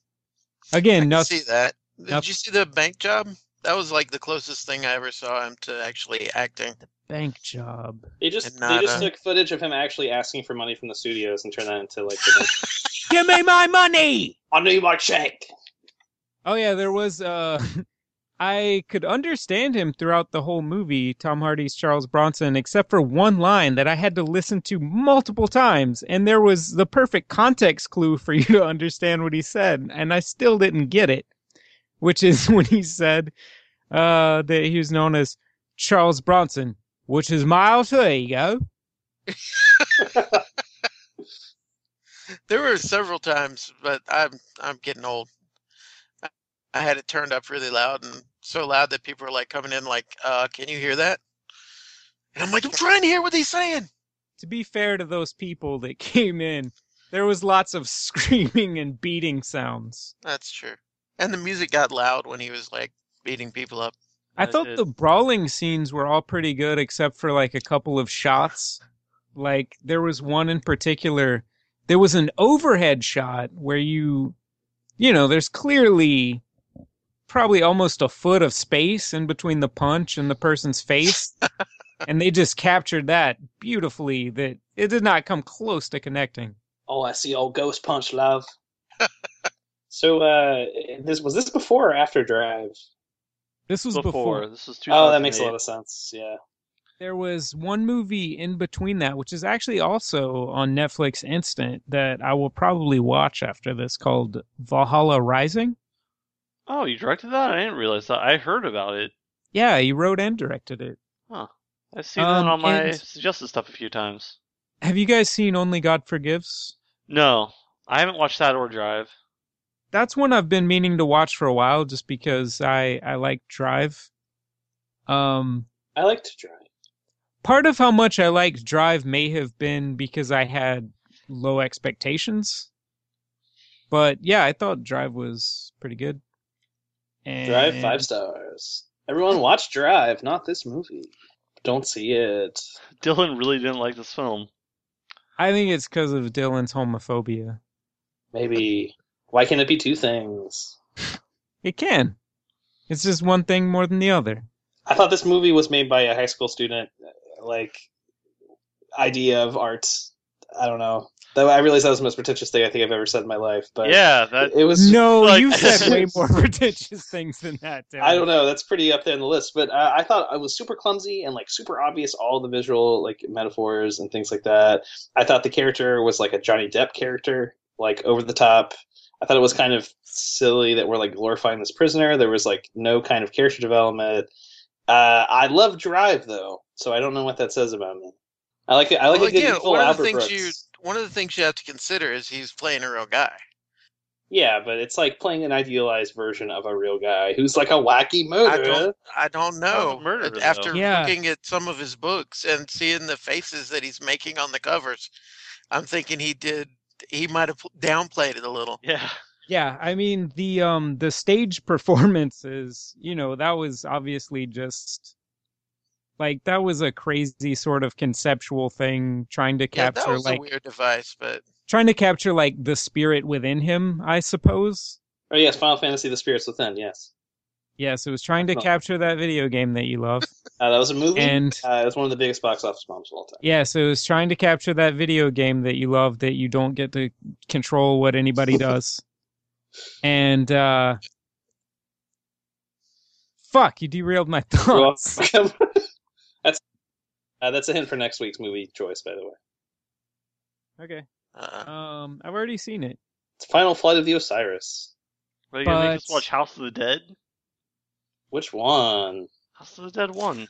[SPEAKER 2] I
[SPEAKER 1] Again,
[SPEAKER 2] can
[SPEAKER 1] noth-
[SPEAKER 2] see that. Did
[SPEAKER 1] noth-
[SPEAKER 2] you see the bank job? That was like the closest thing I ever saw him to actually acting.
[SPEAKER 1] bank job.
[SPEAKER 4] They just
[SPEAKER 2] and
[SPEAKER 4] they
[SPEAKER 2] not
[SPEAKER 4] just
[SPEAKER 2] a-
[SPEAKER 4] took footage of him actually asking for money from the studios and turned that into like. The,
[SPEAKER 1] Give me my money.
[SPEAKER 4] I need my check.
[SPEAKER 1] Oh yeah, there was uh (laughs) I could understand him throughout the whole movie, Tom Hardy's Charles Bronson, except for one line that I had to listen to multiple times, and there was the perfect context clue for (laughs) you to understand what he said, and I still didn't get it. Which is (laughs) when he said uh that he was known as Charles Bronson, which is Miles There you go.
[SPEAKER 2] There were several times, but I'm I'm getting old. I- I had it turned up really loud and so loud that people were like coming in like, uh, "Can you hear that?" And I'm like, "I'm trying to hear what he's saying."
[SPEAKER 1] to be fair to those people that (laughs) came in, there was lots of (laughs) screaming and beating sounds.
[SPEAKER 2] That's true. And the music got loud when he was like beating people up.
[SPEAKER 1] I
[SPEAKER 3] Uh,
[SPEAKER 1] thought
[SPEAKER 3] it-
[SPEAKER 1] the brawling scenes were all pretty good except for like a couple of shots. Like there was one in particular, there was an overhead shot where you you know, there's clearly probably almost a foot of space in between the punch and the person's face. and they just captured that beautifully that it did not come close to connecting.
[SPEAKER 4] Oh, I see old ghost
[SPEAKER 2] (laughs)
[SPEAKER 4] punch love. so, uh, this was this before or after Drive?
[SPEAKER 1] This was
[SPEAKER 3] before.
[SPEAKER 1] before.
[SPEAKER 3] This was
[SPEAKER 4] Oh, that makes a lot
[SPEAKER 3] 2008.
[SPEAKER 4] of sense. Yeah.
[SPEAKER 1] There was one movie in between that, which is actually also on Netflix Instant that I will probably watch after this called Valhalla Rising.
[SPEAKER 3] Oh, you directed that? I didn't realize that. I heard about it.
[SPEAKER 1] Yeah, he wrote and directed it.
[SPEAKER 3] I've seen
[SPEAKER 1] Um,
[SPEAKER 3] that on my
[SPEAKER 1] and-
[SPEAKER 3] suggested stuff a few times.
[SPEAKER 1] Have you guys seen Only God Forgives?
[SPEAKER 3] No, I haven't watched that or Drive. (laughs)
[SPEAKER 1] That's one I've been meaning to watch for a while just because I I like Drive. Um
[SPEAKER 4] I like to drive.
[SPEAKER 1] part of how much I liked Drive may have been because I had low expectations. But yeah, I thought Drive was pretty good. And
[SPEAKER 4] Drive five stars. Everyone watch Drive, not this movie. Don't see it.
[SPEAKER 3] Dylan really didn't like this film.
[SPEAKER 1] I think it's because of Dylan's homophobia.
[SPEAKER 4] Maybe. Why can't it be two things?
[SPEAKER 1] It can. It's just one thing more than the other.
[SPEAKER 4] I thought this movie was made by a high school student, like idea of art. I don't know. That I realize that was the most pretentious thing I think I've ever said in my life. But
[SPEAKER 3] yeah, that
[SPEAKER 4] it was.
[SPEAKER 1] no,
[SPEAKER 3] like-
[SPEAKER 1] you've said way more (laughs) pretentious things than that. Dylan.
[SPEAKER 4] I don't know. That's pretty up there in the list. But uh, I thought it was super clumsy and like super obvious. All the visual like metaphors and things like that. I thought the character was like a Johnny Depp character, like over the top. I thought it was kind of silly that we're like glorifying this prisoner. There was like no kind of character development. Uh, I love Drive though, so I don't know what that says about me. I like it. I like
[SPEAKER 2] well,
[SPEAKER 4] it. Again,
[SPEAKER 2] again,
[SPEAKER 4] full
[SPEAKER 2] one of the
[SPEAKER 4] Albert
[SPEAKER 2] things
[SPEAKER 4] Brooks.
[SPEAKER 2] you one of the things you have to consider is he's playing a real guy.
[SPEAKER 4] Yeah, but it's like playing an idealized version of a real guy who's like a wacky
[SPEAKER 2] I
[SPEAKER 4] murderer.
[SPEAKER 2] don't, I don't know.
[SPEAKER 3] was murdered,
[SPEAKER 2] But After
[SPEAKER 3] though.
[SPEAKER 1] Yeah.
[SPEAKER 2] looking at some of his books and seeing the faces that he's making on the covers, I'm thinking he did. He might have downplayed it a little.
[SPEAKER 3] yeah.
[SPEAKER 1] Yeah, I mean the um the stage (laughs) performances, you know, that was obviously just like that was a crazy sort of conceptual thing trying to
[SPEAKER 2] Yeah, that
[SPEAKER 1] capture
[SPEAKER 2] was
[SPEAKER 1] like
[SPEAKER 2] a weird device, but
[SPEAKER 1] trying to capture like the spirit within him, I suppose.
[SPEAKER 4] Oh yes, Final Fantasy: The Spirits Within. Yes,
[SPEAKER 1] Yes, it was trying to
[SPEAKER 4] Huh.
[SPEAKER 1] capture that video game that you love.
[SPEAKER 4] uh, that was a movie.
[SPEAKER 1] and
[SPEAKER 4] uh, it was one of the biggest box office bombs of all time.
[SPEAKER 1] yes, it was trying to capture that video game that you love that you don't get to control what anybody
[SPEAKER 4] (laughs)
[SPEAKER 1] does. And uh fuck, you derailed my (laughs)
[SPEAKER 4] You're
[SPEAKER 1] thoughts.
[SPEAKER 4] welcome. (laughs) that's uh, that's a hint for next week's movie choice, by the way.
[SPEAKER 1] Okay.
[SPEAKER 2] uh,
[SPEAKER 1] Um, I've already seen it.
[SPEAKER 4] It's Final Flight of the Osiris.
[SPEAKER 3] Are you gonna
[SPEAKER 1] But-
[SPEAKER 3] make us watch House of the Dead?
[SPEAKER 4] Which one?
[SPEAKER 3] House of the Dead one.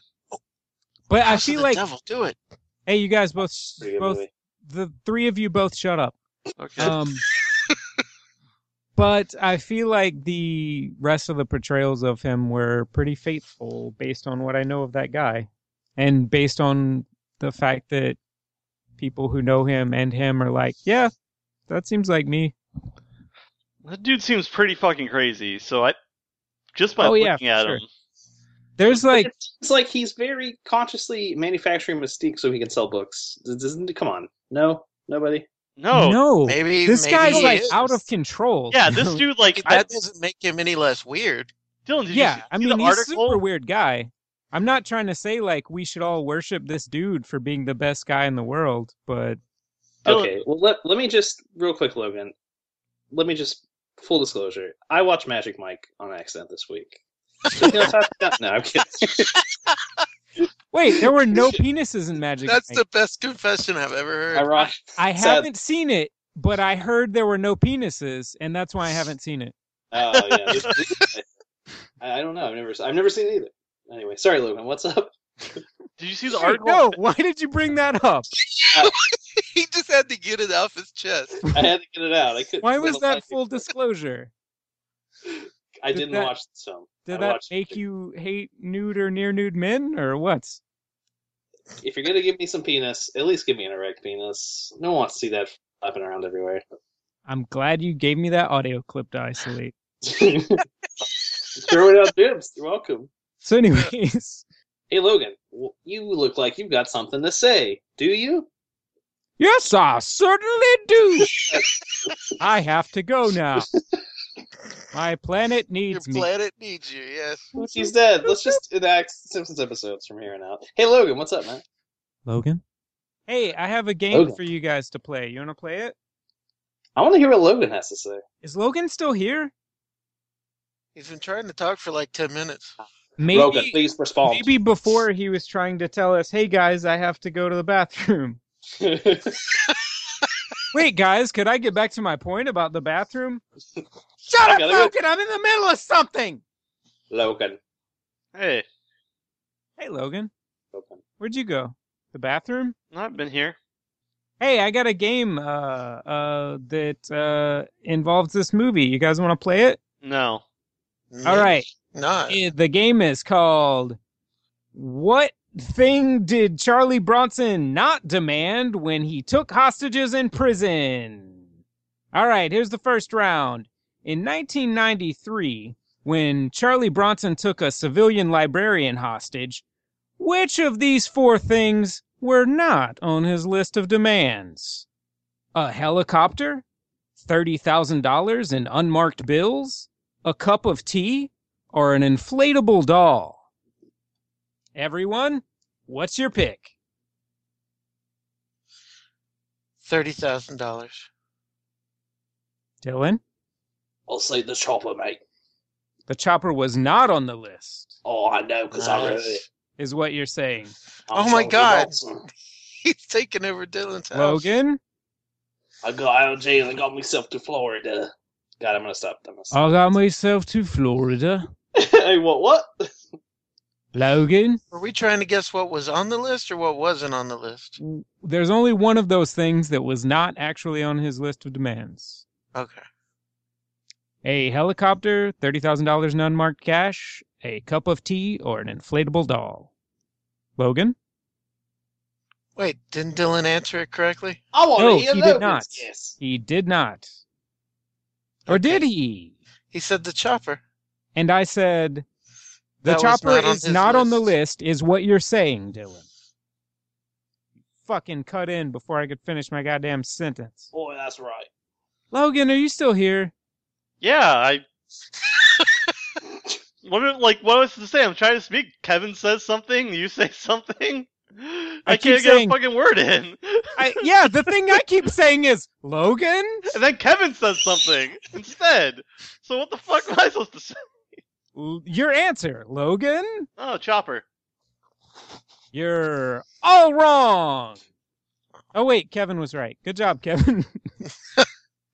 [SPEAKER 1] But I
[SPEAKER 4] (laughs)
[SPEAKER 2] House of
[SPEAKER 1] feel
[SPEAKER 2] the
[SPEAKER 1] like,
[SPEAKER 2] devil do it.
[SPEAKER 1] hey, you guys both, sh-
[SPEAKER 4] Pretty good
[SPEAKER 1] both,
[SPEAKER 4] movie.
[SPEAKER 1] the three of you both shut up.
[SPEAKER 3] Okay.
[SPEAKER 1] Um, but I feel like the rest of the portrayals of him were pretty faithful based on what I know of that guy and based on the fact that people who know him and him are like, yeah, that seems like me.
[SPEAKER 3] that dude seems pretty fucking crazy. So I, just by
[SPEAKER 1] Oh, yeah,
[SPEAKER 3] looking
[SPEAKER 1] for
[SPEAKER 3] at
[SPEAKER 1] sure.
[SPEAKER 3] him,
[SPEAKER 1] There's like,
[SPEAKER 4] It's like he's very consciously manufacturing mystique so he can sell books. This isn't- Come on, no, nobody.
[SPEAKER 3] no,
[SPEAKER 1] no,
[SPEAKER 2] Maybe
[SPEAKER 1] Oh, this
[SPEAKER 2] maybe
[SPEAKER 1] guy's
[SPEAKER 2] he
[SPEAKER 1] like
[SPEAKER 2] is.
[SPEAKER 1] out of control. (laughs)
[SPEAKER 3] yeah, this dude like, I,
[SPEAKER 2] That doesn't make him any less weird.
[SPEAKER 3] Dylan, did you
[SPEAKER 1] yeah,
[SPEAKER 3] see,
[SPEAKER 1] I
[SPEAKER 3] see
[SPEAKER 1] mean,
[SPEAKER 3] the
[SPEAKER 1] he's
[SPEAKER 3] article?
[SPEAKER 1] super weird guy. I'm not trying to say like we should all worship this dude for being the best guy in the world, but
[SPEAKER 3] Dylan-
[SPEAKER 4] Okay, well let let me just real quick, Logan. Let me just full disclosure. I watched Magic Mike on accident this
[SPEAKER 1] (laughs)
[SPEAKER 4] week. There's no top- no, no, I'm kidding.
[SPEAKER 1] wait, there were
[SPEAKER 4] (laughs)
[SPEAKER 1] no penises in Magic
[SPEAKER 2] That's
[SPEAKER 1] Mike.
[SPEAKER 2] the best confession I've ever heard.
[SPEAKER 4] Ironic.
[SPEAKER 1] I
[SPEAKER 4] sad.
[SPEAKER 1] haven't seen it, but I heard there were no penises, and that's why I haven't seen it.
[SPEAKER 4] Oh yeah. I, I don't know. I've never I've never seen it either. Anyway, sorry, Logan. What's up?
[SPEAKER 3] Did you see the
[SPEAKER 1] Shoot,
[SPEAKER 3] article?
[SPEAKER 1] no, why did you bring that
[SPEAKER 4] (laughs)
[SPEAKER 1] up?
[SPEAKER 2] (laughs) he just had to get it off his chest.
[SPEAKER 4] I had to get it out. I couldn't.
[SPEAKER 1] Why was
[SPEAKER 4] live a
[SPEAKER 1] that
[SPEAKER 4] life-
[SPEAKER 1] full disclosure?
[SPEAKER 4] I didn't
[SPEAKER 1] did that-
[SPEAKER 4] watch this film. I
[SPEAKER 1] Did that
[SPEAKER 4] watched-
[SPEAKER 1] make you hate nude or near nude men or what?
[SPEAKER 4] If you're gonna give me some penis, at least give me an erect penis. No one wants to see that flapping around everywhere. (laughs)
[SPEAKER 1] I'm glad you gave me that audio clip to isolate.
[SPEAKER 4] Throw it out, Jibs. You're welcome.
[SPEAKER 1] So, anyways, (laughs)
[SPEAKER 4] Hey, Logan. w- You look like you've got something to say. Do you?
[SPEAKER 1] yes, I certainly
[SPEAKER 4] (laughs)
[SPEAKER 1] do. I have to go now. My planet
[SPEAKER 2] Your
[SPEAKER 1] needs me.
[SPEAKER 2] planet needs you. Yes.
[SPEAKER 4] She's dead. Let's just enact Simpsons episodes from here on out. Hey, Logan. What's up, man?
[SPEAKER 5] Logan?
[SPEAKER 1] Hey, I have a game
[SPEAKER 4] Logan.
[SPEAKER 1] for you guys to play. You want to play it?
[SPEAKER 4] I want to hear what Logan has to say.
[SPEAKER 1] Is Logan still here?
[SPEAKER 2] He's been trying to talk for like ten minutes.
[SPEAKER 1] Maybe
[SPEAKER 4] Rogan, please respond.
[SPEAKER 1] maybe before he was trying to tell us, "Hey guys, I have to go to the bathroom." (laughs)
[SPEAKER 4] (laughs)
[SPEAKER 1] Wait, guys, could I get back to my point about the
[SPEAKER 4] (laughs)
[SPEAKER 1] bathroom? Shut
[SPEAKER 4] I
[SPEAKER 1] up,
[SPEAKER 4] gotta go.
[SPEAKER 1] Logan! I'm in the middle of something.
[SPEAKER 4] Logan.
[SPEAKER 3] Hey,
[SPEAKER 1] Hey, Logan,
[SPEAKER 4] Logan.
[SPEAKER 1] where'd you go? The bathroom?
[SPEAKER 3] I've been here.
[SPEAKER 1] Hey, I got a game uh, uh, that uh, involves this movie. You guys want to play it?
[SPEAKER 3] No.
[SPEAKER 1] All right.
[SPEAKER 2] Not.
[SPEAKER 1] Eh, The game is called What Thing Did Charlie Bronson Not Demand When He Took Hostages in Prison? All right, here's the first round. In 1993, when Charlie Bronson took a civilian librarian hostage, which of these four things were not on his list of demands? A helicopter? $30,000 in unmarked bills? A cup of tea? or an inflatable doll? Everyone, what's your pick?
[SPEAKER 2] Thirty thousand dollars.
[SPEAKER 1] Dylan?
[SPEAKER 4] I'll say the chopper, mate.
[SPEAKER 1] The chopper was not on the list,
[SPEAKER 4] Oh, I know because I wrote it.
[SPEAKER 2] Nice.
[SPEAKER 1] is what you're saying.
[SPEAKER 4] I'm
[SPEAKER 2] Oh my
[SPEAKER 4] Charlie
[SPEAKER 2] God.
[SPEAKER 4] Bronson.
[SPEAKER 2] (laughs) He's taking over Dylan's house.
[SPEAKER 1] Logan?
[SPEAKER 4] I got out of jail and got myself to Florida. God, I'm gonna stop. I'm gonna
[SPEAKER 1] I
[SPEAKER 4] stop.
[SPEAKER 1] got myself to Florida.
[SPEAKER 2] Oh.
[SPEAKER 4] (laughs) hey, what? What?
[SPEAKER 1] Logan?
[SPEAKER 2] Were we trying to guess what was on the list or what wasn't on the list?
[SPEAKER 1] There's only one of those things that was not actually on his list of demands.
[SPEAKER 2] Okay.
[SPEAKER 1] A helicopter, $30,000 in unmarked cash, a cup of tea, or an inflatable doll. Logan?
[SPEAKER 2] Wait, didn't Dylan answer it correctly?
[SPEAKER 4] I want
[SPEAKER 1] No,
[SPEAKER 4] to hear
[SPEAKER 1] he did
[SPEAKER 4] Logan's
[SPEAKER 1] not.
[SPEAKER 4] guess.
[SPEAKER 1] He did not. Or did
[SPEAKER 2] Okay.
[SPEAKER 1] he?
[SPEAKER 2] He said the chopper.
[SPEAKER 1] And I said, the
[SPEAKER 2] That was
[SPEAKER 1] chopper
[SPEAKER 2] not on
[SPEAKER 1] is
[SPEAKER 2] his
[SPEAKER 1] not on the list,
[SPEAKER 2] list.
[SPEAKER 1] is what you're saying, Dylan. Fucking cut in before I could finish my goddamn sentence.
[SPEAKER 4] Boy, that's right.
[SPEAKER 1] Logan, are you still here?
[SPEAKER 3] Yeah, I. (laughs) what? am- Like, what was to say? I'm trying to speak. Kevin says something. You say (laughs) something. I,
[SPEAKER 1] I keep
[SPEAKER 3] can't
[SPEAKER 1] saying-
[SPEAKER 3] get a fucking word in.
[SPEAKER 1] I, yeah, the thing I keep (laughs) saying is, Logan?
[SPEAKER 3] and then Kevin says
[SPEAKER 1] (laughs)
[SPEAKER 3] something instead. So what the fuck am I supposed to say?
[SPEAKER 1] L- Your answer, Logan?
[SPEAKER 3] Oh, Chopper.
[SPEAKER 1] You're all wrong. Oh, wait, Kevin was right. Good job, Kevin.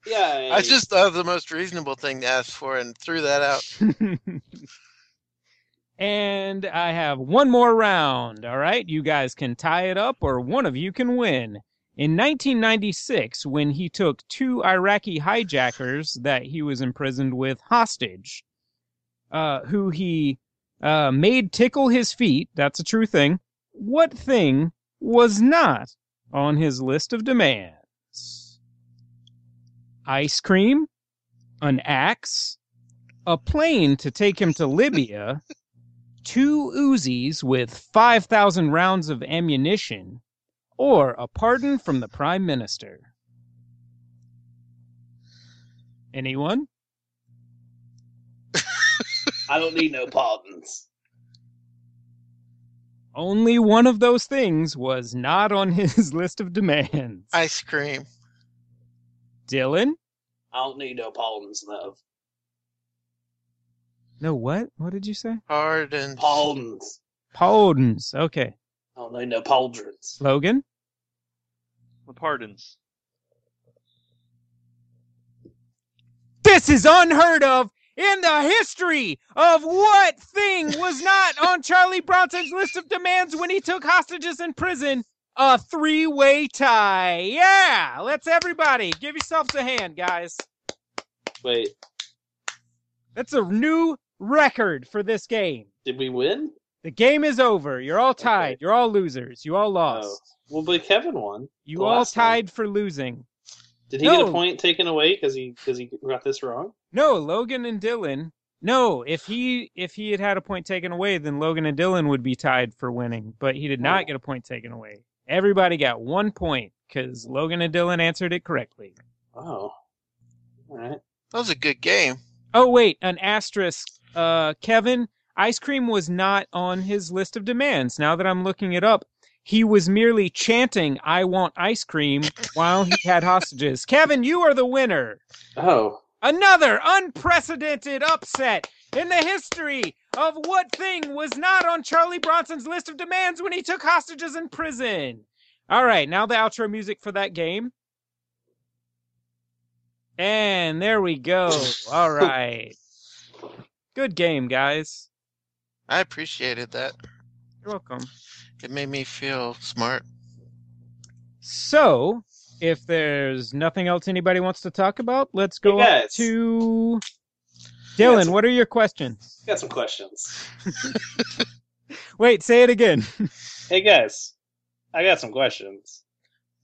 [SPEAKER 4] Yeah.
[SPEAKER 2] I just thought of the most reasonable thing to ask for and threw that out.
[SPEAKER 1] (laughs) and I have one more round. All right, you guys can tie it up, or one of you can win. In 1996, when he took two Iraqi hijackers that he was imprisoned with hostage, uh, who he uh, made tickle his feet, that's a true thing. What thing was not on his list of demands? Ice cream? An axe? a plane to take him to Libya, two Uzis with 5,000 rounds of ammunition, or a pardon from the prime minister. Anyone?
[SPEAKER 4] I don't need no pardons.
[SPEAKER 1] Only one of those things was not on (laughs) his list of demands.
[SPEAKER 2] Ice cream.
[SPEAKER 1] Dylan?
[SPEAKER 4] I don't need no pardons, love.
[SPEAKER 1] No, what? What did you say?
[SPEAKER 2] Hard and
[SPEAKER 4] Pardons.
[SPEAKER 1] Pardons. Okay.
[SPEAKER 4] I don't need no pauldrons.
[SPEAKER 1] Logan?
[SPEAKER 3] The pardons.
[SPEAKER 1] This is unheard of in the history of what thing was not on Charlie Bronson's list of demands when he took hostages in prison? A three way tie. Yeah, let's everybody give yourselves a hand, guys.
[SPEAKER 4] Wait,
[SPEAKER 1] That's a new record for this game.
[SPEAKER 4] did we win?
[SPEAKER 1] The game is over. You're all tied.
[SPEAKER 4] Okay.
[SPEAKER 1] You're all losers. You all lost.
[SPEAKER 4] Oh. Well, but Kevin won.
[SPEAKER 1] you
[SPEAKER 4] the
[SPEAKER 1] all
[SPEAKER 4] last one.
[SPEAKER 1] tied for losing.
[SPEAKER 4] Did he get
[SPEAKER 1] No.
[SPEAKER 4] a point taken away because he because he got this wrong?
[SPEAKER 1] No, Logan and Dylan. No, if he if he had had a point taken away, then Logan and Dylan would be tied for winning. But he did not
[SPEAKER 4] Oh.
[SPEAKER 1] get a point taken away. Everybody got one point because Logan and Dylan answered it correctly.
[SPEAKER 4] Oh. All right.
[SPEAKER 2] that was a good game.
[SPEAKER 1] Oh wait, an asterisk. Uh, Kevin, ice cream was not on his list of demands. Now that I'm looking it up, he was merely chanting "I want ice cream" while he had hostages. Kevin, you are the winner.
[SPEAKER 4] Oh.
[SPEAKER 1] Another unprecedented upset in the history of what thing was not on Charlie Bronson's list of demands when he took hostages in prison? All right, now the outro music for that game. And there we go. All right. Good game, guys.
[SPEAKER 2] I appreciated that.
[SPEAKER 1] You're welcome.
[SPEAKER 2] It made me feel smart.
[SPEAKER 1] So, if there's nothing else anybody wants to talk about, let's go on
[SPEAKER 4] guys.
[SPEAKER 1] to
[SPEAKER 4] You
[SPEAKER 1] Dylan.
[SPEAKER 4] guys.
[SPEAKER 1] What are your questions?
[SPEAKER 4] Got some questions.
[SPEAKER 1] Wait, say it again.
[SPEAKER 4] Hey guys, I got some questions.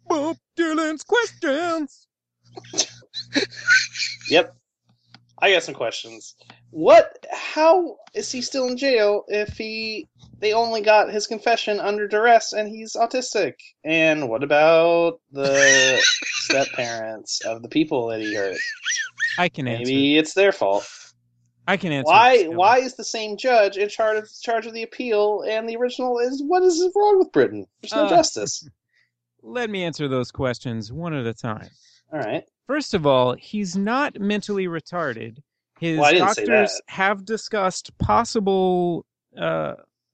[SPEAKER 1] Bob Dylan's questions.
[SPEAKER 4] Yep. I got some questions. What how is he still in jail if he they only got his confession under duress and he's autistic? And what about
[SPEAKER 1] (laughs)
[SPEAKER 4] the step parents of the people that he hurt?
[SPEAKER 1] I can answer.
[SPEAKER 4] Maybe it's their fault.
[SPEAKER 1] I can answer.
[SPEAKER 4] Why
[SPEAKER 1] this, Dylan.
[SPEAKER 4] why is the same judge in charge of charge of the appeal and the original is what is wrong with Britain? There's no
[SPEAKER 1] Uh. (laughs)
[SPEAKER 4] justice.
[SPEAKER 1] Let me answer those questions one at a time.
[SPEAKER 4] All right.
[SPEAKER 1] First of all, he's not mentally retarded. His
[SPEAKER 4] Well, I didn't say
[SPEAKER 1] doctors have discussed possible uh,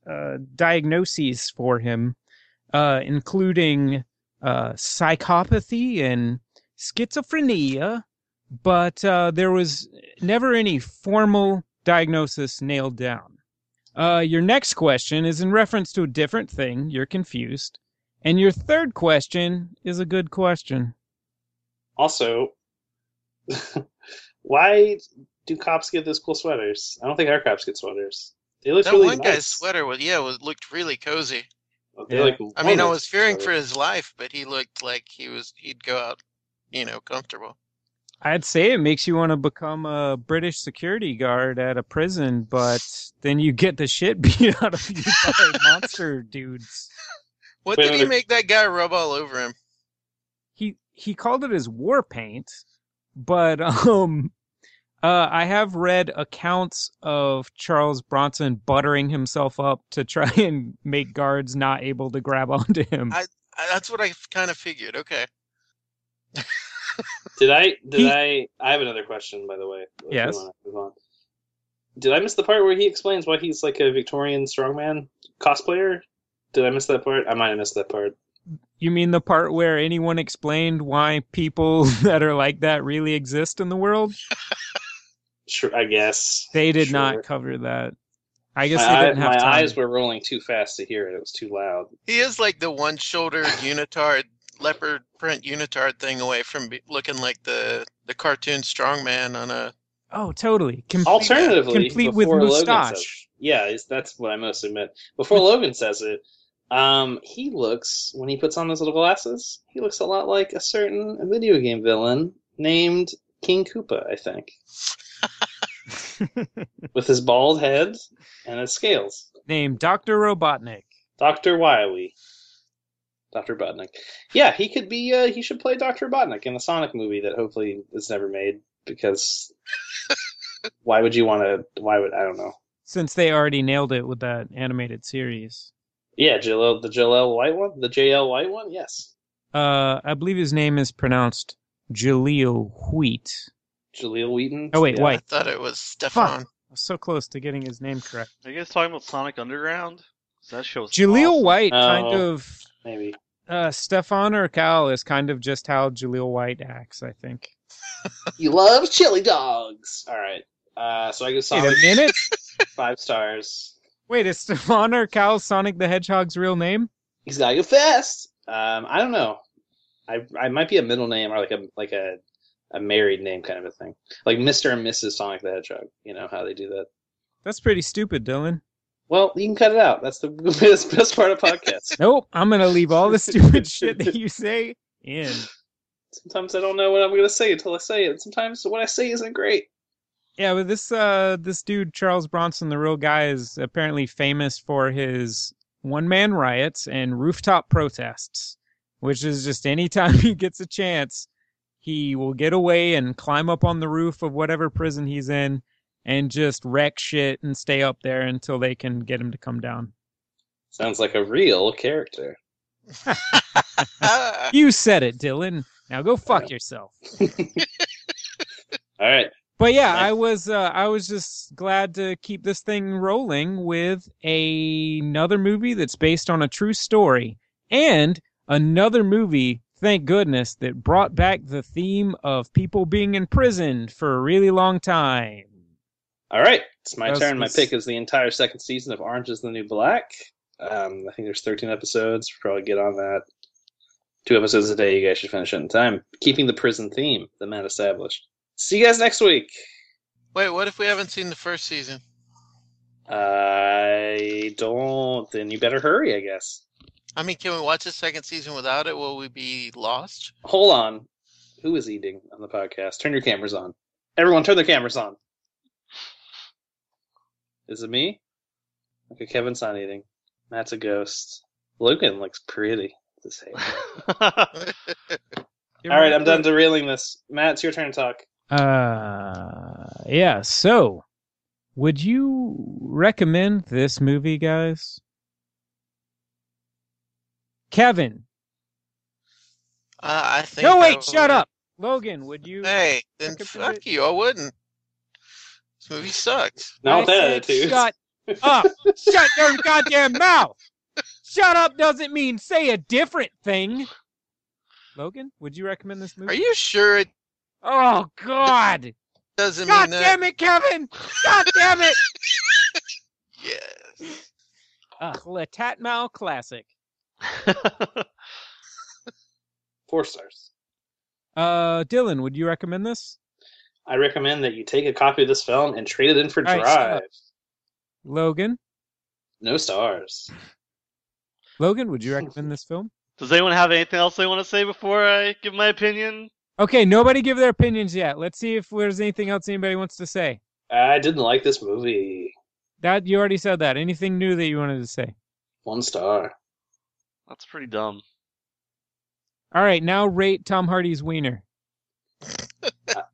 [SPEAKER 1] uh, diagnoses for him, uh, including uh, psychopathy and schizophrenia, but uh, there was never any formal diagnosis nailed down. Uh, your next question is in reference to a different thing. You're confused. And your third question is a good question.
[SPEAKER 4] Also, (laughs) why do cops get those cool sweaters? I don't think our cops get sweaters. They look
[SPEAKER 2] That
[SPEAKER 4] really
[SPEAKER 2] one
[SPEAKER 4] nice. Oh,
[SPEAKER 2] guy's sweater was yeah, was looked really cozy.
[SPEAKER 4] They
[SPEAKER 1] Yeah.
[SPEAKER 4] look
[SPEAKER 2] I mean, I
[SPEAKER 4] wonderful
[SPEAKER 2] was fearing for
[SPEAKER 4] sweaters.
[SPEAKER 2] his life, but he looked like he was he'd go out, you know, comfortable.
[SPEAKER 1] I'd say it makes you want to become a British security guard at a prison, but then you get the shit (laughs) beat out of you by monster dudes.
[SPEAKER 2] What
[SPEAKER 4] Wait,
[SPEAKER 2] did he
[SPEAKER 4] wait.
[SPEAKER 2] make that guy rub all over him?
[SPEAKER 1] He he called it his war paint, but (laughs) um uh I have read accounts of Charles Bronson buttering himself up to try (laughs) and make guards not able to grab onto him.
[SPEAKER 2] I- That's what I kind of figured. Okay.
[SPEAKER 4] Did I? Did
[SPEAKER 1] He-
[SPEAKER 4] I? I have another question, by the way. if you
[SPEAKER 1] Yes.
[SPEAKER 4] wanna move on. Did I miss the part where he explains why he's like a Victorian strongman cosplayer? Did I miss that part? I might have missed that part.
[SPEAKER 1] You mean the part where anyone explained why people (laughs) that are like that really exist in the world?
[SPEAKER 4] Sure, I guess.
[SPEAKER 1] They did
[SPEAKER 4] Sure.
[SPEAKER 1] not cover that. I guess
[SPEAKER 4] my
[SPEAKER 1] they
[SPEAKER 4] eye-
[SPEAKER 1] didn't have
[SPEAKER 4] my
[SPEAKER 1] time.
[SPEAKER 4] eyes were rolling too fast to hear it. It was too loud.
[SPEAKER 2] He is like
[SPEAKER 1] (laughs)
[SPEAKER 2] the one-shouldered unitard leopard print unitard thing away from be- looking like the the cartoon strongman on a
[SPEAKER 1] Oh, totally. Complete,
[SPEAKER 4] Alternatively,
[SPEAKER 1] complete with
[SPEAKER 4] before Logan
[SPEAKER 1] moustache.
[SPEAKER 4] says, yeah, it's- that's what I must admit. Before Logan says it, um, he looks when he puts on those little glasses, he looks a lot like a certain video game villain named King Koopa, I think, with his bald head and his scales.
[SPEAKER 1] named Dr. Robotnik.
[SPEAKER 4] Doctor Wily, Doctor Botnik. Yeah, he could be. Uh, he should play Doctor Botnik in the Sonic movie that hopefully is never made because. Why would you want to? Why would I don't know?
[SPEAKER 1] Since they already nailed it with that animated series.
[SPEAKER 4] Yeah, JL, the JL White one, the JL White one. Yes,
[SPEAKER 1] Uh, I believe his name is pronounced Jaleel Wheat.
[SPEAKER 4] Jaleel Wheaton.
[SPEAKER 1] Oh, wait,
[SPEAKER 4] Yeah.
[SPEAKER 2] I
[SPEAKER 1] White.
[SPEAKER 2] thought it
[SPEAKER 1] (laughs)
[SPEAKER 2] was Stefan.
[SPEAKER 1] I was so close to getting his name correct.
[SPEAKER 3] Are you guys talking about Sonic Underground? 'Cause That show. was
[SPEAKER 1] Jaleel
[SPEAKER 3] awesome.
[SPEAKER 1] White,
[SPEAKER 4] Oh.
[SPEAKER 1] kind of.
[SPEAKER 4] Maybe
[SPEAKER 1] Uh, Stefan Urkel is kind of just how Jaleel White acts, I think.
[SPEAKER 4] you love chili dogs. All right, uh, so I give
[SPEAKER 1] Wait a
[SPEAKER 4] Sonic
[SPEAKER 1] minute.
[SPEAKER 4] five stars.
[SPEAKER 1] Wait, is Stefan Urkel Sonic the Hedgehog's real name?
[SPEAKER 4] He's gotta go fast. Um, I don't know. I I might be a middle name or like a like a a married name kind of a thing, like Mister and Mrs. Sonic the Hedgehog. You know how they do that.
[SPEAKER 1] That's pretty stupid, Dylan.
[SPEAKER 4] Well, you can cut it out. That's the (laughs) best, best part
[SPEAKER 1] (laughs)
[SPEAKER 4] of podcasts.
[SPEAKER 1] Nope, I'm gonna leave all the stupid shit that you say in.
[SPEAKER 4] Sometimes I don't know what I'm gonna say until I say it. And sometimes what I say isn't great.
[SPEAKER 1] Yeah, but this uh this dude Charles Bronson, the real guy, is apparently famous for his one man riots and rooftop protests, which is just anytime (laughs) he gets a chance, he will get away and climb up on the roof of whatever prison he's in and just wreck shit and stay up there until they can get him to come down.
[SPEAKER 4] Sounds like a real character.
[SPEAKER 2] Ah,
[SPEAKER 1] You said it, Dylan. Now go fuck yourself.
[SPEAKER 4] All right.
[SPEAKER 1] But yeah,
[SPEAKER 3] Nice.
[SPEAKER 1] I was uh, I was just glad to keep this thing rolling with a- another movie that's based on a true story and another movie. Thank goodness that brought back the theme of people being imprisoned for a really long time.
[SPEAKER 4] All right, it's my
[SPEAKER 1] That's-
[SPEAKER 4] turn. My
[SPEAKER 1] that's-
[SPEAKER 4] pick is the entire second season of Orange is the New Black. Um, I think there's 13 episodes. We'll probably get on that. Two episodes a day. You guys should finish it in time. Keeping the prison theme the man established. See you guys next week.
[SPEAKER 2] (laughs) Wait, what if we haven't seen the first season?
[SPEAKER 4] I don't. Then you better hurry, I guess.
[SPEAKER 2] I mean, can we watch the second season without it? Will we be lost?
[SPEAKER 4] Hold on. Who is eating on the podcast? Turn your cameras on. Everyone, turn their cameras on. Is it me? Okay, Kevin's not eating. Matt's a ghost. Logan looks pretty. To say. All right, I'm done derailing this. Matt, it's your turn to talk.
[SPEAKER 1] Uh, yeah. So, would you recommend this movie, guys? Kevin.
[SPEAKER 2] Uh, I think.
[SPEAKER 1] No,
[SPEAKER 2] I
[SPEAKER 1] wait.
[SPEAKER 2] would-
[SPEAKER 1] Shut up, Logan. Would you?
[SPEAKER 2] Hey, then
[SPEAKER 1] Look at the
[SPEAKER 2] fuck you. I wouldn't. This movie sucks.
[SPEAKER 4] Not
[SPEAKER 1] I
[SPEAKER 4] with that
[SPEAKER 1] said
[SPEAKER 4] attitude.
[SPEAKER 1] Shut up. shut your goddamn mouth. Shut up doesn't mean say a different thing. Logan, would you recommend this movie?
[SPEAKER 2] Are you sure it
[SPEAKER 1] Oh God!
[SPEAKER 2] doesn't
[SPEAKER 1] God
[SPEAKER 2] mean that?
[SPEAKER 1] damn it, Kevin! God damn it!
[SPEAKER 2] Yeah.
[SPEAKER 1] Ugh, Letat Mal classic.
[SPEAKER 4] (laughs) Four stars.
[SPEAKER 1] Uh, Dylan, would you recommend this?
[SPEAKER 4] I recommend that you take a copy of this film and trade it in for
[SPEAKER 1] All right, shut
[SPEAKER 4] Drive.
[SPEAKER 1] up. Logan,
[SPEAKER 4] No stars.
[SPEAKER 1] Logan, would you recommend this film?
[SPEAKER 3] (laughs) Does anyone have anything else they want to say before I give my opinion?
[SPEAKER 1] Okay, nobody give their opinions yet. Let's see if there's anything else anybody wants to say.
[SPEAKER 4] I didn't like this movie.
[SPEAKER 1] That you already said that. Anything new that you wanted to say?
[SPEAKER 4] One star.
[SPEAKER 3] That's pretty dumb.
[SPEAKER 1] All right, now rate Tom Hardy's wiener.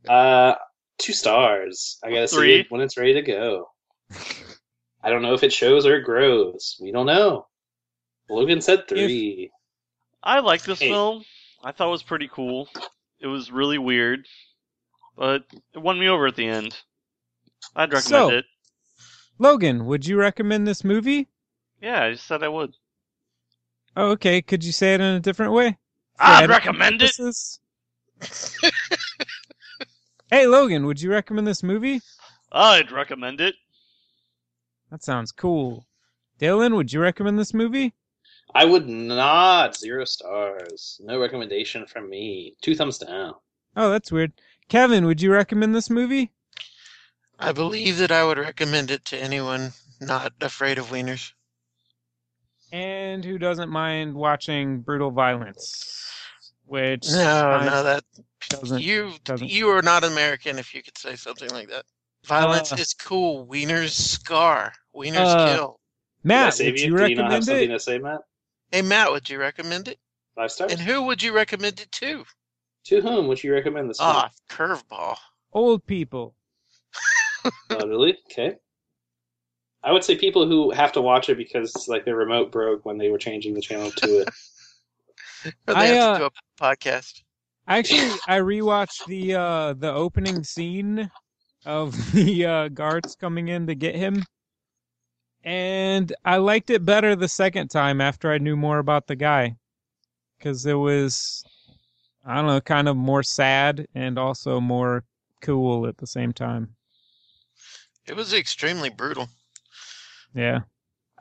[SPEAKER 4] Uh, two stars. I gotta
[SPEAKER 3] Three.
[SPEAKER 4] see it when it's ready to go. I don't know if it shows or it grows. We don't know. Logan said three.
[SPEAKER 3] I like this
[SPEAKER 4] Hey.
[SPEAKER 3] film. I thought it was pretty cool. It was really weird, but it won me over at the end. I'd recommend
[SPEAKER 1] So-
[SPEAKER 3] it.
[SPEAKER 1] Logan, would you recommend this movie?
[SPEAKER 3] Yeah, I just said I would.
[SPEAKER 1] Oh, okay. Could you say it in a different way?
[SPEAKER 3] I'd
[SPEAKER 1] Fred,
[SPEAKER 3] recommend it.
[SPEAKER 1] This is- hey, Logan, would you recommend this movie?
[SPEAKER 3] I'd recommend it.
[SPEAKER 1] That sounds cool. Dylan, would you recommend this movie?
[SPEAKER 4] I would not. Zero stars. No recommendation from me. Two thumbs down.
[SPEAKER 1] Oh, that's weird. Kevin, would you recommend this movie?
[SPEAKER 2] I believe that I would recommend it to anyone not afraid of wieners.
[SPEAKER 1] and who doesn't mind watching brutal violence, which
[SPEAKER 2] No,
[SPEAKER 1] I-
[SPEAKER 2] no, that
[SPEAKER 1] doesn't-
[SPEAKER 2] you
[SPEAKER 1] doesn't-
[SPEAKER 2] you are not American if you could say something like that. Violence
[SPEAKER 1] Uh.
[SPEAKER 2] is cool. Wieners scar. Wieners
[SPEAKER 1] Uh.
[SPEAKER 2] kill.
[SPEAKER 4] Did I
[SPEAKER 1] Matt,
[SPEAKER 4] save
[SPEAKER 1] would you,
[SPEAKER 4] you? Do you not have
[SPEAKER 1] recommend
[SPEAKER 4] something
[SPEAKER 1] it?
[SPEAKER 4] to say, Matt?
[SPEAKER 2] Hey Matt, would you recommend it?
[SPEAKER 4] Five stars.
[SPEAKER 2] And who would you recommend it to?
[SPEAKER 4] To whom would you recommend this?
[SPEAKER 2] Ah, curveball.
[SPEAKER 1] Old people.
[SPEAKER 4] film? Oh, really? Okay. I would say people who have to watch it because like their remote broke when they were changing the channel to (laughs) it.
[SPEAKER 2] Or they
[SPEAKER 1] I,
[SPEAKER 2] have
[SPEAKER 1] uh,
[SPEAKER 2] to do a podcast.
[SPEAKER 1] Actually, I rewatched the uh, the opening scene of (laughs) the uh, guards coming in to get him, and I liked it better the second time after I knew more about the guy, because it was, I don't know, kind of more sad and also more cool at the same time.
[SPEAKER 2] It was extremely brutal.
[SPEAKER 1] Yeah.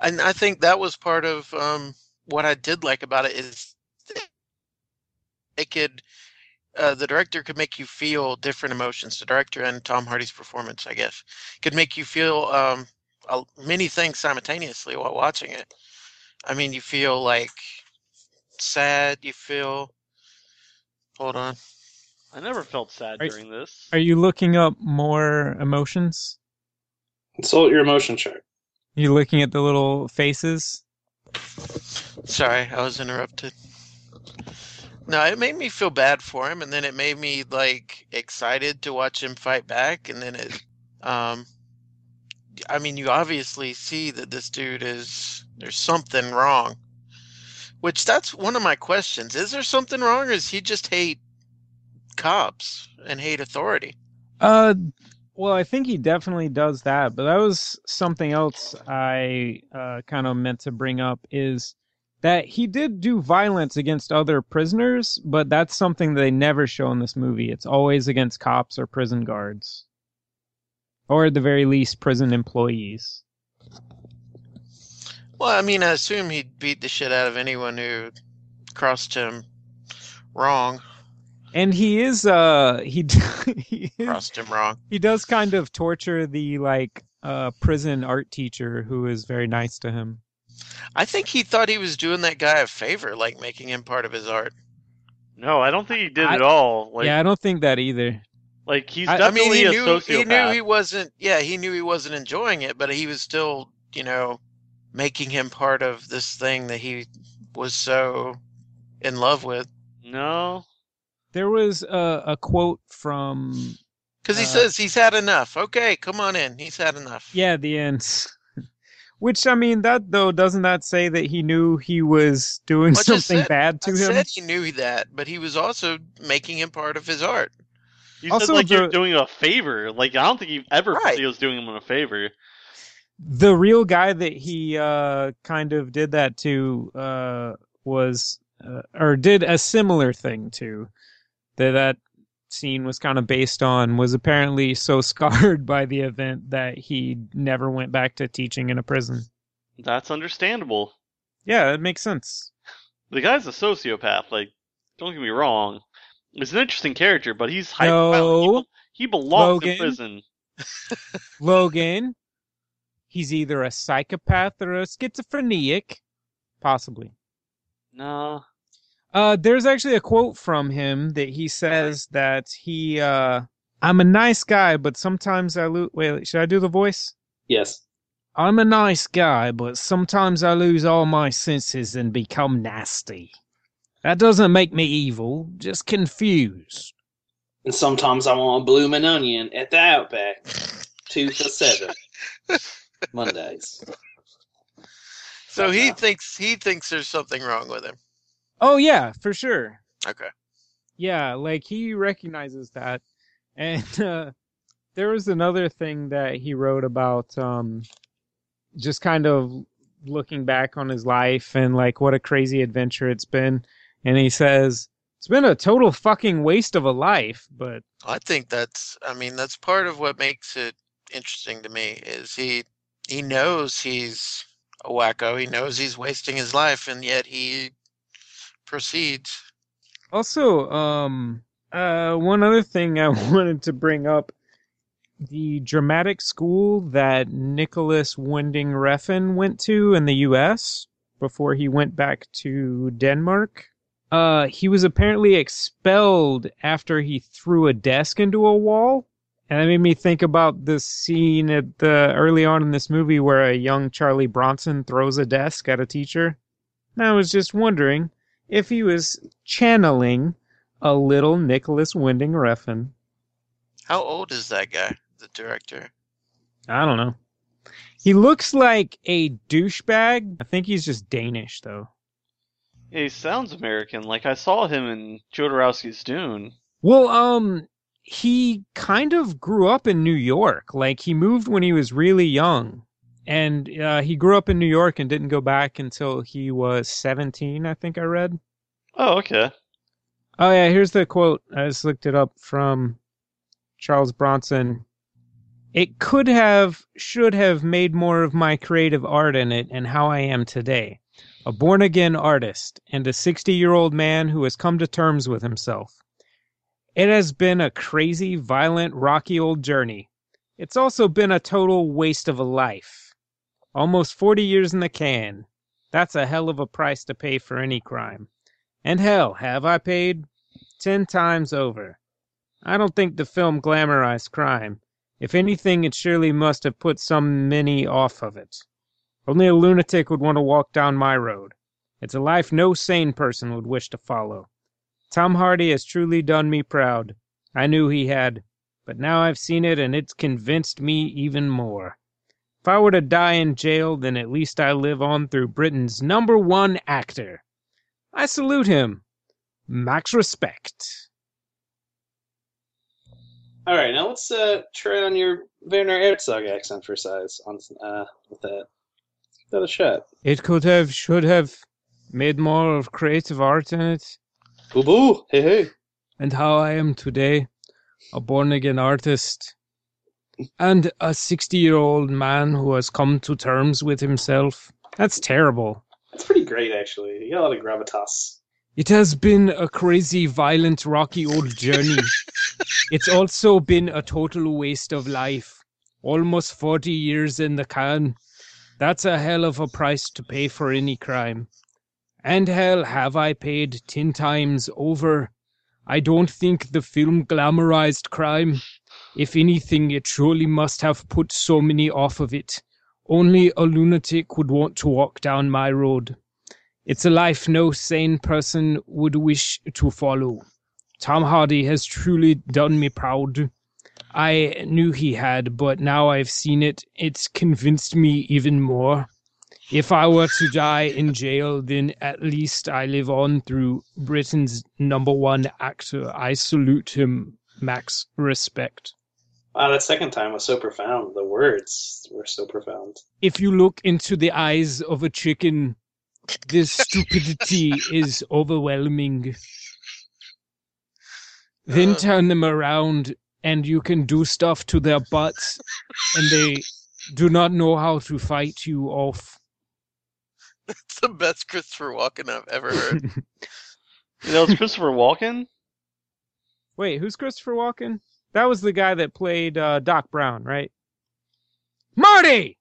[SPEAKER 2] And I think that was part of um, what I did like about it is they could uh, the director could make you feel different emotions. The director and Tom Hardy's performance, I guess, could make you feel um, a, many things simultaneously while watching it. I mean, you feel like sad. You feel. Hold on.
[SPEAKER 3] I never felt sad
[SPEAKER 1] Are-
[SPEAKER 3] during this.
[SPEAKER 1] Are you looking up more emotions?
[SPEAKER 4] Consult your emotion chart.
[SPEAKER 1] You looking at the little faces?
[SPEAKER 2] Sorry, I was interrupted. No, it made me feel bad for him, and then it made me like excited to watch him fight back, and then it, um, I mean, you obviously see that this dude is there's something wrong. Which that's one of my questions: Is there something wrong, or is he just hate cops and hate authority?
[SPEAKER 1] Uh, well, I think he definitely does that, but that was something else I uh, kind of meant to bring up is that he did do violence against other prisoners, but that's something they never show in this movie. It's always against cops or prison guards, or at the very least, prison employees.
[SPEAKER 2] Well, I mean, I assume he'd beat the shit out of anyone who crossed him wrong.
[SPEAKER 1] And he is uh he d- (laughs) he is
[SPEAKER 2] Crossed him wrong.
[SPEAKER 1] he does kind of torture the like uh prison art teacher who is very nice to him.
[SPEAKER 2] I think he thought he was doing that guy a favor, like making him part of his art.
[SPEAKER 3] No, I don't think he did
[SPEAKER 1] I-
[SPEAKER 3] at all. Like,
[SPEAKER 1] yeah, I don't think that either.
[SPEAKER 3] like he's
[SPEAKER 1] I- I
[SPEAKER 2] I
[SPEAKER 3] definitely
[SPEAKER 2] mean, he
[SPEAKER 3] a
[SPEAKER 2] knew
[SPEAKER 3] sociopath.
[SPEAKER 2] he knew he wasn't. Yeah, he knew he wasn't enjoying it, but he was still, you know, making him part of this thing that he was so in love with.
[SPEAKER 3] No,
[SPEAKER 1] There was a, a quote from
[SPEAKER 2] Because he
[SPEAKER 1] Uh,
[SPEAKER 2] says he's had enough. Okay, come on in. He's had enough.
[SPEAKER 1] yeah the end, (laughs) which I mean that though doesn't that say that he knew he was doing
[SPEAKER 2] Well, I just
[SPEAKER 1] something
[SPEAKER 2] said-
[SPEAKER 1] bad to
[SPEAKER 2] I
[SPEAKER 1] him?
[SPEAKER 2] said he knew that, but he was also making him part of his art.
[SPEAKER 3] you
[SPEAKER 1] Also,
[SPEAKER 3] said like you're
[SPEAKER 1] the-
[SPEAKER 3] doing him a favor. Like I don't think you ever
[SPEAKER 2] Right.
[SPEAKER 3] felt he was doing him a favor.
[SPEAKER 1] the real guy that he uh kind of did that to uh was uh, or did a similar thing to that that scene was kind of based on was apparently so (laughs) scarred by the event that he never went back to teaching in a prison
[SPEAKER 3] That's understandable.
[SPEAKER 1] yeah it makes sense
[SPEAKER 3] The guy's a sociopath. Like, don't get me wrong. He's an interesting character, but he's hyper.
[SPEAKER 1] No.
[SPEAKER 3] He, belongs
[SPEAKER 1] Logan.
[SPEAKER 3] in prison.
[SPEAKER 1] logan he's either a psychopath or a schizophrenic possibly
[SPEAKER 3] No.
[SPEAKER 1] Uh, there's actually a quote from him that he says that he, uh, I'm a nice guy, but sometimes I lose. Wait, should I do the voice?
[SPEAKER 4] Yes.
[SPEAKER 1] I'm a nice guy, but sometimes I lose all my senses and become nasty. That doesn't make me evil, just confused.
[SPEAKER 4] And sometimes I want a bloomin' onion at the Outback, two for seven, Mondays.
[SPEAKER 2] So he
[SPEAKER 4] Somehow.
[SPEAKER 2] thinks he thinks there's something wrong with him.
[SPEAKER 1] Oh, yeah, for sure.
[SPEAKER 2] Okay.
[SPEAKER 1] yeah like he recognizes that (laughs) and uh there was another thing that he wrote about um just kind of looking back on his life and like what a crazy adventure it's been and he says it's been a total fucking waste of a life but
[SPEAKER 2] I think that's I mean that's part of what makes it interesting to me is he he knows he's a wacko. He knows he's wasting his life and yet he proceeds.
[SPEAKER 1] also um uh one other thing i (laughs) wanted to bring up the dramatic school that Nicholas Winding Refn went to in the US before he went back to Denmark. Uh, he was apparently expelled after he threw a desk into a wall. And that made me think about this scene at the early on in this movie where a young Charlie Bronson throws a desk at a teacher. And I was just wondering if he was channeling a little Nicholas Winding Refn.
[SPEAKER 2] How old is that guy, the director? (laughs)
[SPEAKER 1] I don't know. He looks like a douchebag. I think he's just Danish, though.
[SPEAKER 3] He sounds American. Like I saw him in Jodorowsky's Dune.
[SPEAKER 1] Well, um, he kind of grew up in New York. Like, he moved when he was really young. And uh, he grew up in New York and didn't go back until he was 17, I think I read.
[SPEAKER 3] Oh, okay.
[SPEAKER 1] Oh, yeah, here's the quote. I just looked it up from Charles Bronson. It could have, should have made more of my creative art in it and how I am today. A born again artist and a 60 year old man who has come to terms with himself. It has been a crazy, violent, rocky old journey. It's also been a total waste of a life. Almost 40 years in the can. That's a hell of a price to pay for any crime. And hell, have I paid? Ten times over. I don't think the film glamorized crime. If anything, it surely must have put some many off of it. Only a lunatic would want to walk down my road. It's a life no sane person would wish to follow. Tom Hardy has truly done me proud. I knew he had, but now I've seen it and it's convinced me even more. If I were to die in jail, then at least I live on through Britain's number one actor. I salute him. Max respect.
[SPEAKER 4] All right, now let's uh, try on your Werner Herzog accent for size on uh, with that. Give that a shot.
[SPEAKER 5] It could have, should have made more of creative art in it.
[SPEAKER 4] Boo boo. Hey hey.
[SPEAKER 5] And how I am today, a born again artist and a 60 year old man who has come to terms with himself. That's terrible.
[SPEAKER 4] That's pretty great, actually. You got a lot of gravitas.
[SPEAKER 5] It has been a crazy, violent, rocky old journey. it's also been a total waste of life. Almost 40 years in the can. That's a hell of a price to pay for any crime. And hell, have I paid 10 times over. I don't think the film glamorized crime. If anything, it surely must have put so many off of it. Only a lunatic would want to walk down my road. It's a life no sane person would wish to follow. Tom Hardy has truly done me proud. I knew he had, but now I've seen it, it's convinced me even more. If I were to die in jail, then at least I live on through Britain's number one actor. I salute him, Max. Respect.
[SPEAKER 4] Wow, that second time was so profound. The words were so profound.
[SPEAKER 5] if you look into the eyes of a chicken, the stupidity is overwhelming. Then
[SPEAKER 2] Uh.
[SPEAKER 5] turn them around and you can do stuff to their butts and they do not know how to fight you off.
[SPEAKER 2] It's the best Christopher Walken I've ever heard.
[SPEAKER 1] (laughs)
[SPEAKER 3] You know, it's Christopher Walken.
[SPEAKER 1] Wait, who's Christopher Walken? That was the guy that played uh, Doc Brown, right?
[SPEAKER 5] Marty!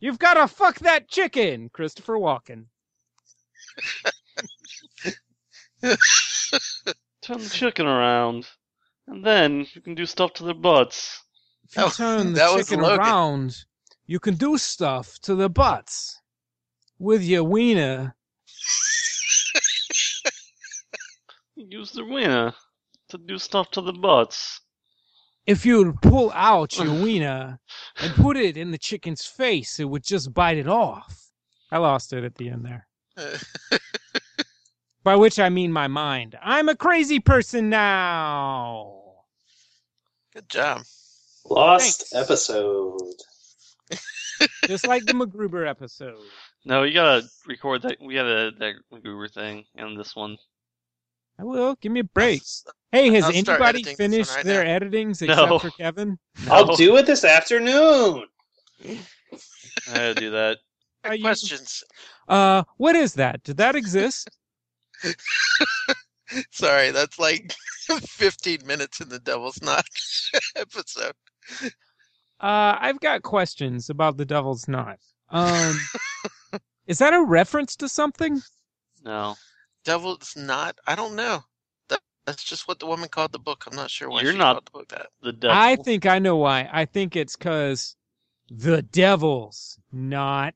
[SPEAKER 1] You've got to fuck that chicken, Christopher Walken.
[SPEAKER 3] Turn the chicken around, and then you can do stuff to their butts.
[SPEAKER 5] If you
[SPEAKER 2] Oh,
[SPEAKER 5] turn the
[SPEAKER 2] that was
[SPEAKER 5] chicken
[SPEAKER 2] Logan.
[SPEAKER 5] around, you can do stuff to the butts with your wiener.
[SPEAKER 3] Use the wiener to do stuff to the butts.
[SPEAKER 5] if you pull out your
[SPEAKER 2] (sighs)
[SPEAKER 5] wiener and put it in the chicken's face, it would just bite it off.
[SPEAKER 1] I lost it at the end
[SPEAKER 2] (laughs)
[SPEAKER 1] there.
[SPEAKER 2] Uh,
[SPEAKER 1] By which I mean my mind. I'm a crazy person now.
[SPEAKER 2] Good job.
[SPEAKER 4] Lost
[SPEAKER 1] Thanks.
[SPEAKER 4] episode.
[SPEAKER 1] Just like
[SPEAKER 2] (laughs)
[SPEAKER 1] the MacGruber episode.
[SPEAKER 3] No, you gotta record that. We gotta that MacGruber thing and this one.
[SPEAKER 1] I will. Give me a
[SPEAKER 2] (laughs)
[SPEAKER 1] break. Hey, has
[SPEAKER 2] I'll start
[SPEAKER 1] anybody
[SPEAKER 2] editing this one
[SPEAKER 1] finished
[SPEAKER 2] right
[SPEAKER 1] their
[SPEAKER 2] now.
[SPEAKER 1] editings
[SPEAKER 3] No.
[SPEAKER 1] except for Kevin?
[SPEAKER 4] I'll
[SPEAKER 3] No.
[SPEAKER 4] do it this afternoon.
[SPEAKER 3] I gotta do that.
[SPEAKER 1] Are you-
[SPEAKER 2] Questions. (laughs)
[SPEAKER 1] Uh, what is that? Did that exist?
[SPEAKER 2] Sorry, that's like (laughs) 15 minutes in the Devil's Notch (laughs) episode.
[SPEAKER 1] Uh, I've got questions about the Devil's Knot.
[SPEAKER 2] (laughs)
[SPEAKER 1] Um, is that a reference to something?
[SPEAKER 3] No,
[SPEAKER 2] Devil's Knot? I don't know. That, that's just what the woman called the book. I'm not sure why
[SPEAKER 3] You're
[SPEAKER 2] she
[SPEAKER 3] not-
[SPEAKER 2] called the book that.
[SPEAKER 3] the devil.
[SPEAKER 1] (laughs) I think I know why. I think it's because the Devil's Knot.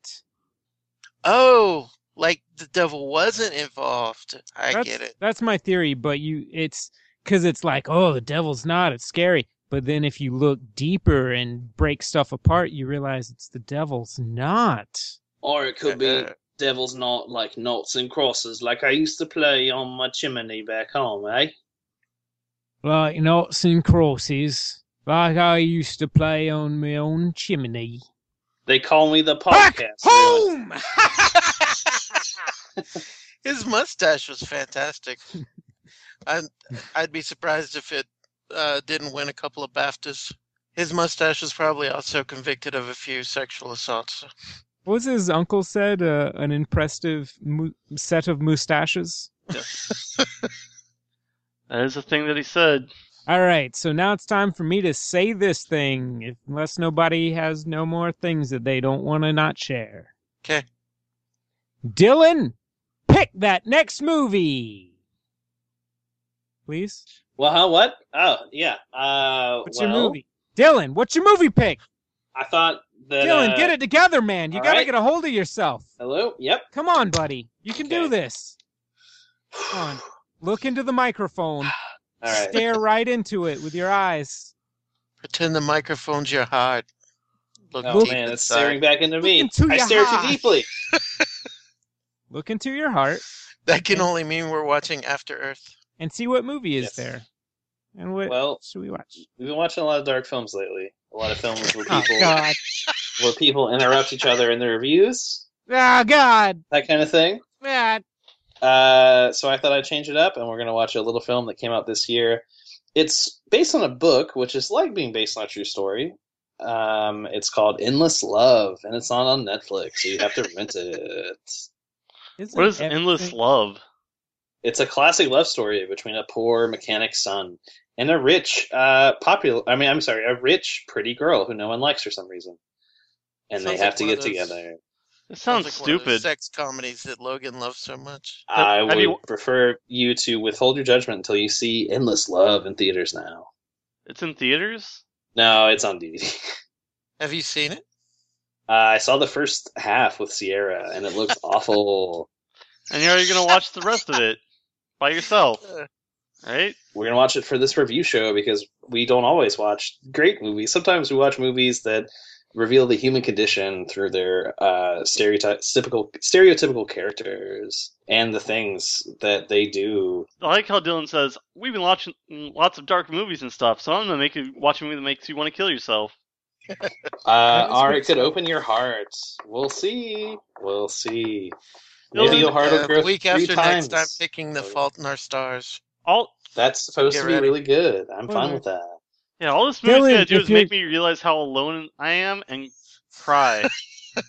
[SPEAKER 2] Oh, like the devil wasn't involved. I
[SPEAKER 1] That's,
[SPEAKER 2] get it.
[SPEAKER 1] That's my theory, but you, it's because it's like, oh, the Devil's Knot. It's scary. But then if you look deeper and break stuff apart, you realize it's the Devil's Knot.
[SPEAKER 4] Or it could be
[SPEAKER 2] (laughs) Uh,
[SPEAKER 4] Devil's Knot, like knots and crosses, like I used to play on my chimney back home, eh?
[SPEAKER 5] Like knots and crosses, like I used to play on my own chimney.
[SPEAKER 4] They call me the
[SPEAKER 5] Back
[SPEAKER 4] podcast. dude.
[SPEAKER 5] home!
[SPEAKER 2] His mustache was fantastic. I'd, I'd be surprised if it uh, didn't win a couple of BAFTAs. His mustache was probably also convicted of a few sexual assaults.
[SPEAKER 1] What was his uncle said? Uh, an impressive mu- set of mustaches.
[SPEAKER 3] that is the thing that he said.
[SPEAKER 1] All right, so now it's time for me to say this thing, if- unless nobody has no more things that they don't want to not share.
[SPEAKER 2] 'Kay.
[SPEAKER 1] Dylan, pick that next movie. Please?
[SPEAKER 4] Well, huh, what? Oh, yeah. Uh,
[SPEAKER 1] What's
[SPEAKER 4] well,
[SPEAKER 1] your movie? Dylan, what's your movie pick?
[SPEAKER 4] I thought that.
[SPEAKER 1] Dylan,
[SPEAKER 4] uh,
[SPEAKER 1] get it together, man. You
[SPEAKER 4] all
[SPEAKER 1] got to
[SPEAKER 4] right.
[SPEAKER 1] get a hold of yourself.
[SPEAKER 4] Hello. Yep.
[SPEAKER 1] Come on, buddy. You can do
[SPEAKER 4] Okay.
[SPEAKER 1] this. Come on. Look into the microphone.
[SPEAKER 4] (sighs) All right.
[SPEAKER 1] Stare right into it with your eyes.
[SPEAKER 2] Pretend the microphone's your heart. Look
[SPEAKER 4] Oh
[SPEAKER 2] deep
[SPEAKER 4] man, it's
[SPEAKER 2] inside.
[SPEAKER 4] staring back into me.
[SPEAKER 1] into
[SPEAKER 4] I
[SPEAKER 1] your
[SPEAKER 4] stare
[SPEAKER 1] heart.
[SPEAKER 4] too deeply.
[SPEAKER 1] Look into your heart
[SPEAKER 2] That can only mean we're watching After Earth.
[SPEAKER 1] and see what movie is
[SPEAKER 4] Yes.
[SPEAKER 1] there.
[SPEAKER 6] And what
[SPEAKER 4] Well,
[SPEAKER 6] should we watch?
[SPEAKER 4] we've been watching a lot of dark films lately. A lot of films where
[SPEAKER 6] Oh
[SPEAKER 4] people
[SPEAKER 6] God!
[SPEAKER 4] where people interrupt each other in their reviews,
[SPEAKER 1] Ah,
[SPEAKER 6] Oh God!
[SPEAKER 4] that kind of thing.
[SPEAKER 6] Ah,
[SPEAKER 4] Uh, so I thought I'd change it up, and we're going to watch a little film that came out this year. It's based on a book, which is like being based on a true story. Um, it's called Endless Love, and it's not on Netflix, so you have to rent it.
[SPEAKER 6] isn't
[SPEAKER 3] What is
[SPEAKER 6] everything-
[SPEAKER 3] endless love?
[SPEAKER 4] It's a classic love story between a poor mechanic's son and a rich, uh, popular. I mean, I'm sorry, a rich, pretty girl who no one likes for some reason, and
[SPEAKER 2] Sounds
[SPEAKER 4] they have
[SPEAKER 2] like
[SPEAKER 4] to
[SPEAKER 2] one of
[SPEAKER 4] get
[SPEAKER 2] those-
[SPEAKER 4] together.
[SPEAKER 3] It sounds
[SPEAKER 2] like One of those
[SPEAKER 3] stupid.
[SPEAKER 2] sex comedies that Logan loves so much.
[SPEAKER 3] Have-
[SPEAKER 4] I would
[SPEAKER 3] have you-
[SPEAKER 4] prefer you to withhold your judgment until you see Endless Love in theaters now.
[SPEAKER 3] It's in theaters.
[SPEAKER 4] No, it's on DVD.
[SPEAKER 2] Have you seen it?
[SPEAKER 4] Uh, I saw the first half with Sierra, and it looks awful.
[SPEAKER 3] And you're already gonna watch the rest of it by yourself,
[SPEAKER 2] Uh,
[SPEAKER 3] right?
[SPEAKER 4] We're gonna watch it for this review show because we don't always watch great movies. Sometimes we watch movies that reveal the human condition through their uh, stereotypical stereotypical characters and the things that they do.
[SPEAKER 3] I like how Dylan says we've been watching lots of dark movies and stuff, so I'm gonna make you watch a movie that makes you want to kill yourself.
[SPEAKER 4] Uh,
[SPEAKER 6] That is
[SPEAKER 4] or
[SPEAKER 6] good
[SPEAKER 4] it could
[SPEAKER 6] stuff.
[SPEAKER 4] open your heart. We'll see. We'll see.
[SPEAKER 3] Dylan,
[SPEAKER 4] Maybe your heart will
[SPEAKER 2] uh,
[SPEAKER 4] grow
[SPEAKER 2] week
[SPEAKER 4] three
[SPEAKER 2] after
[SPEAKER 4] times.
[SPEAKER 2] next, I'm picking The Fault in Our Stars.
[SPEAKER 3] all
[SPEAKER 4] That's supposed
[SPEAKER 2] Get
[SPEAKER 4] to be
[SPEAKER 2] ready.
[SPEAKER 4] really good. I'm
[SPEAKER 6] Well,
[SPEAKER 4] fine with that.
[SPEAKER 3] yeah, all this movie's
[SPEAKER 1] Dylan,
[SPEAKER 3] gonna do
[SPEAKER 1] if
[SPEAKER 3] is make me realize how alone I am and (laughs) cry.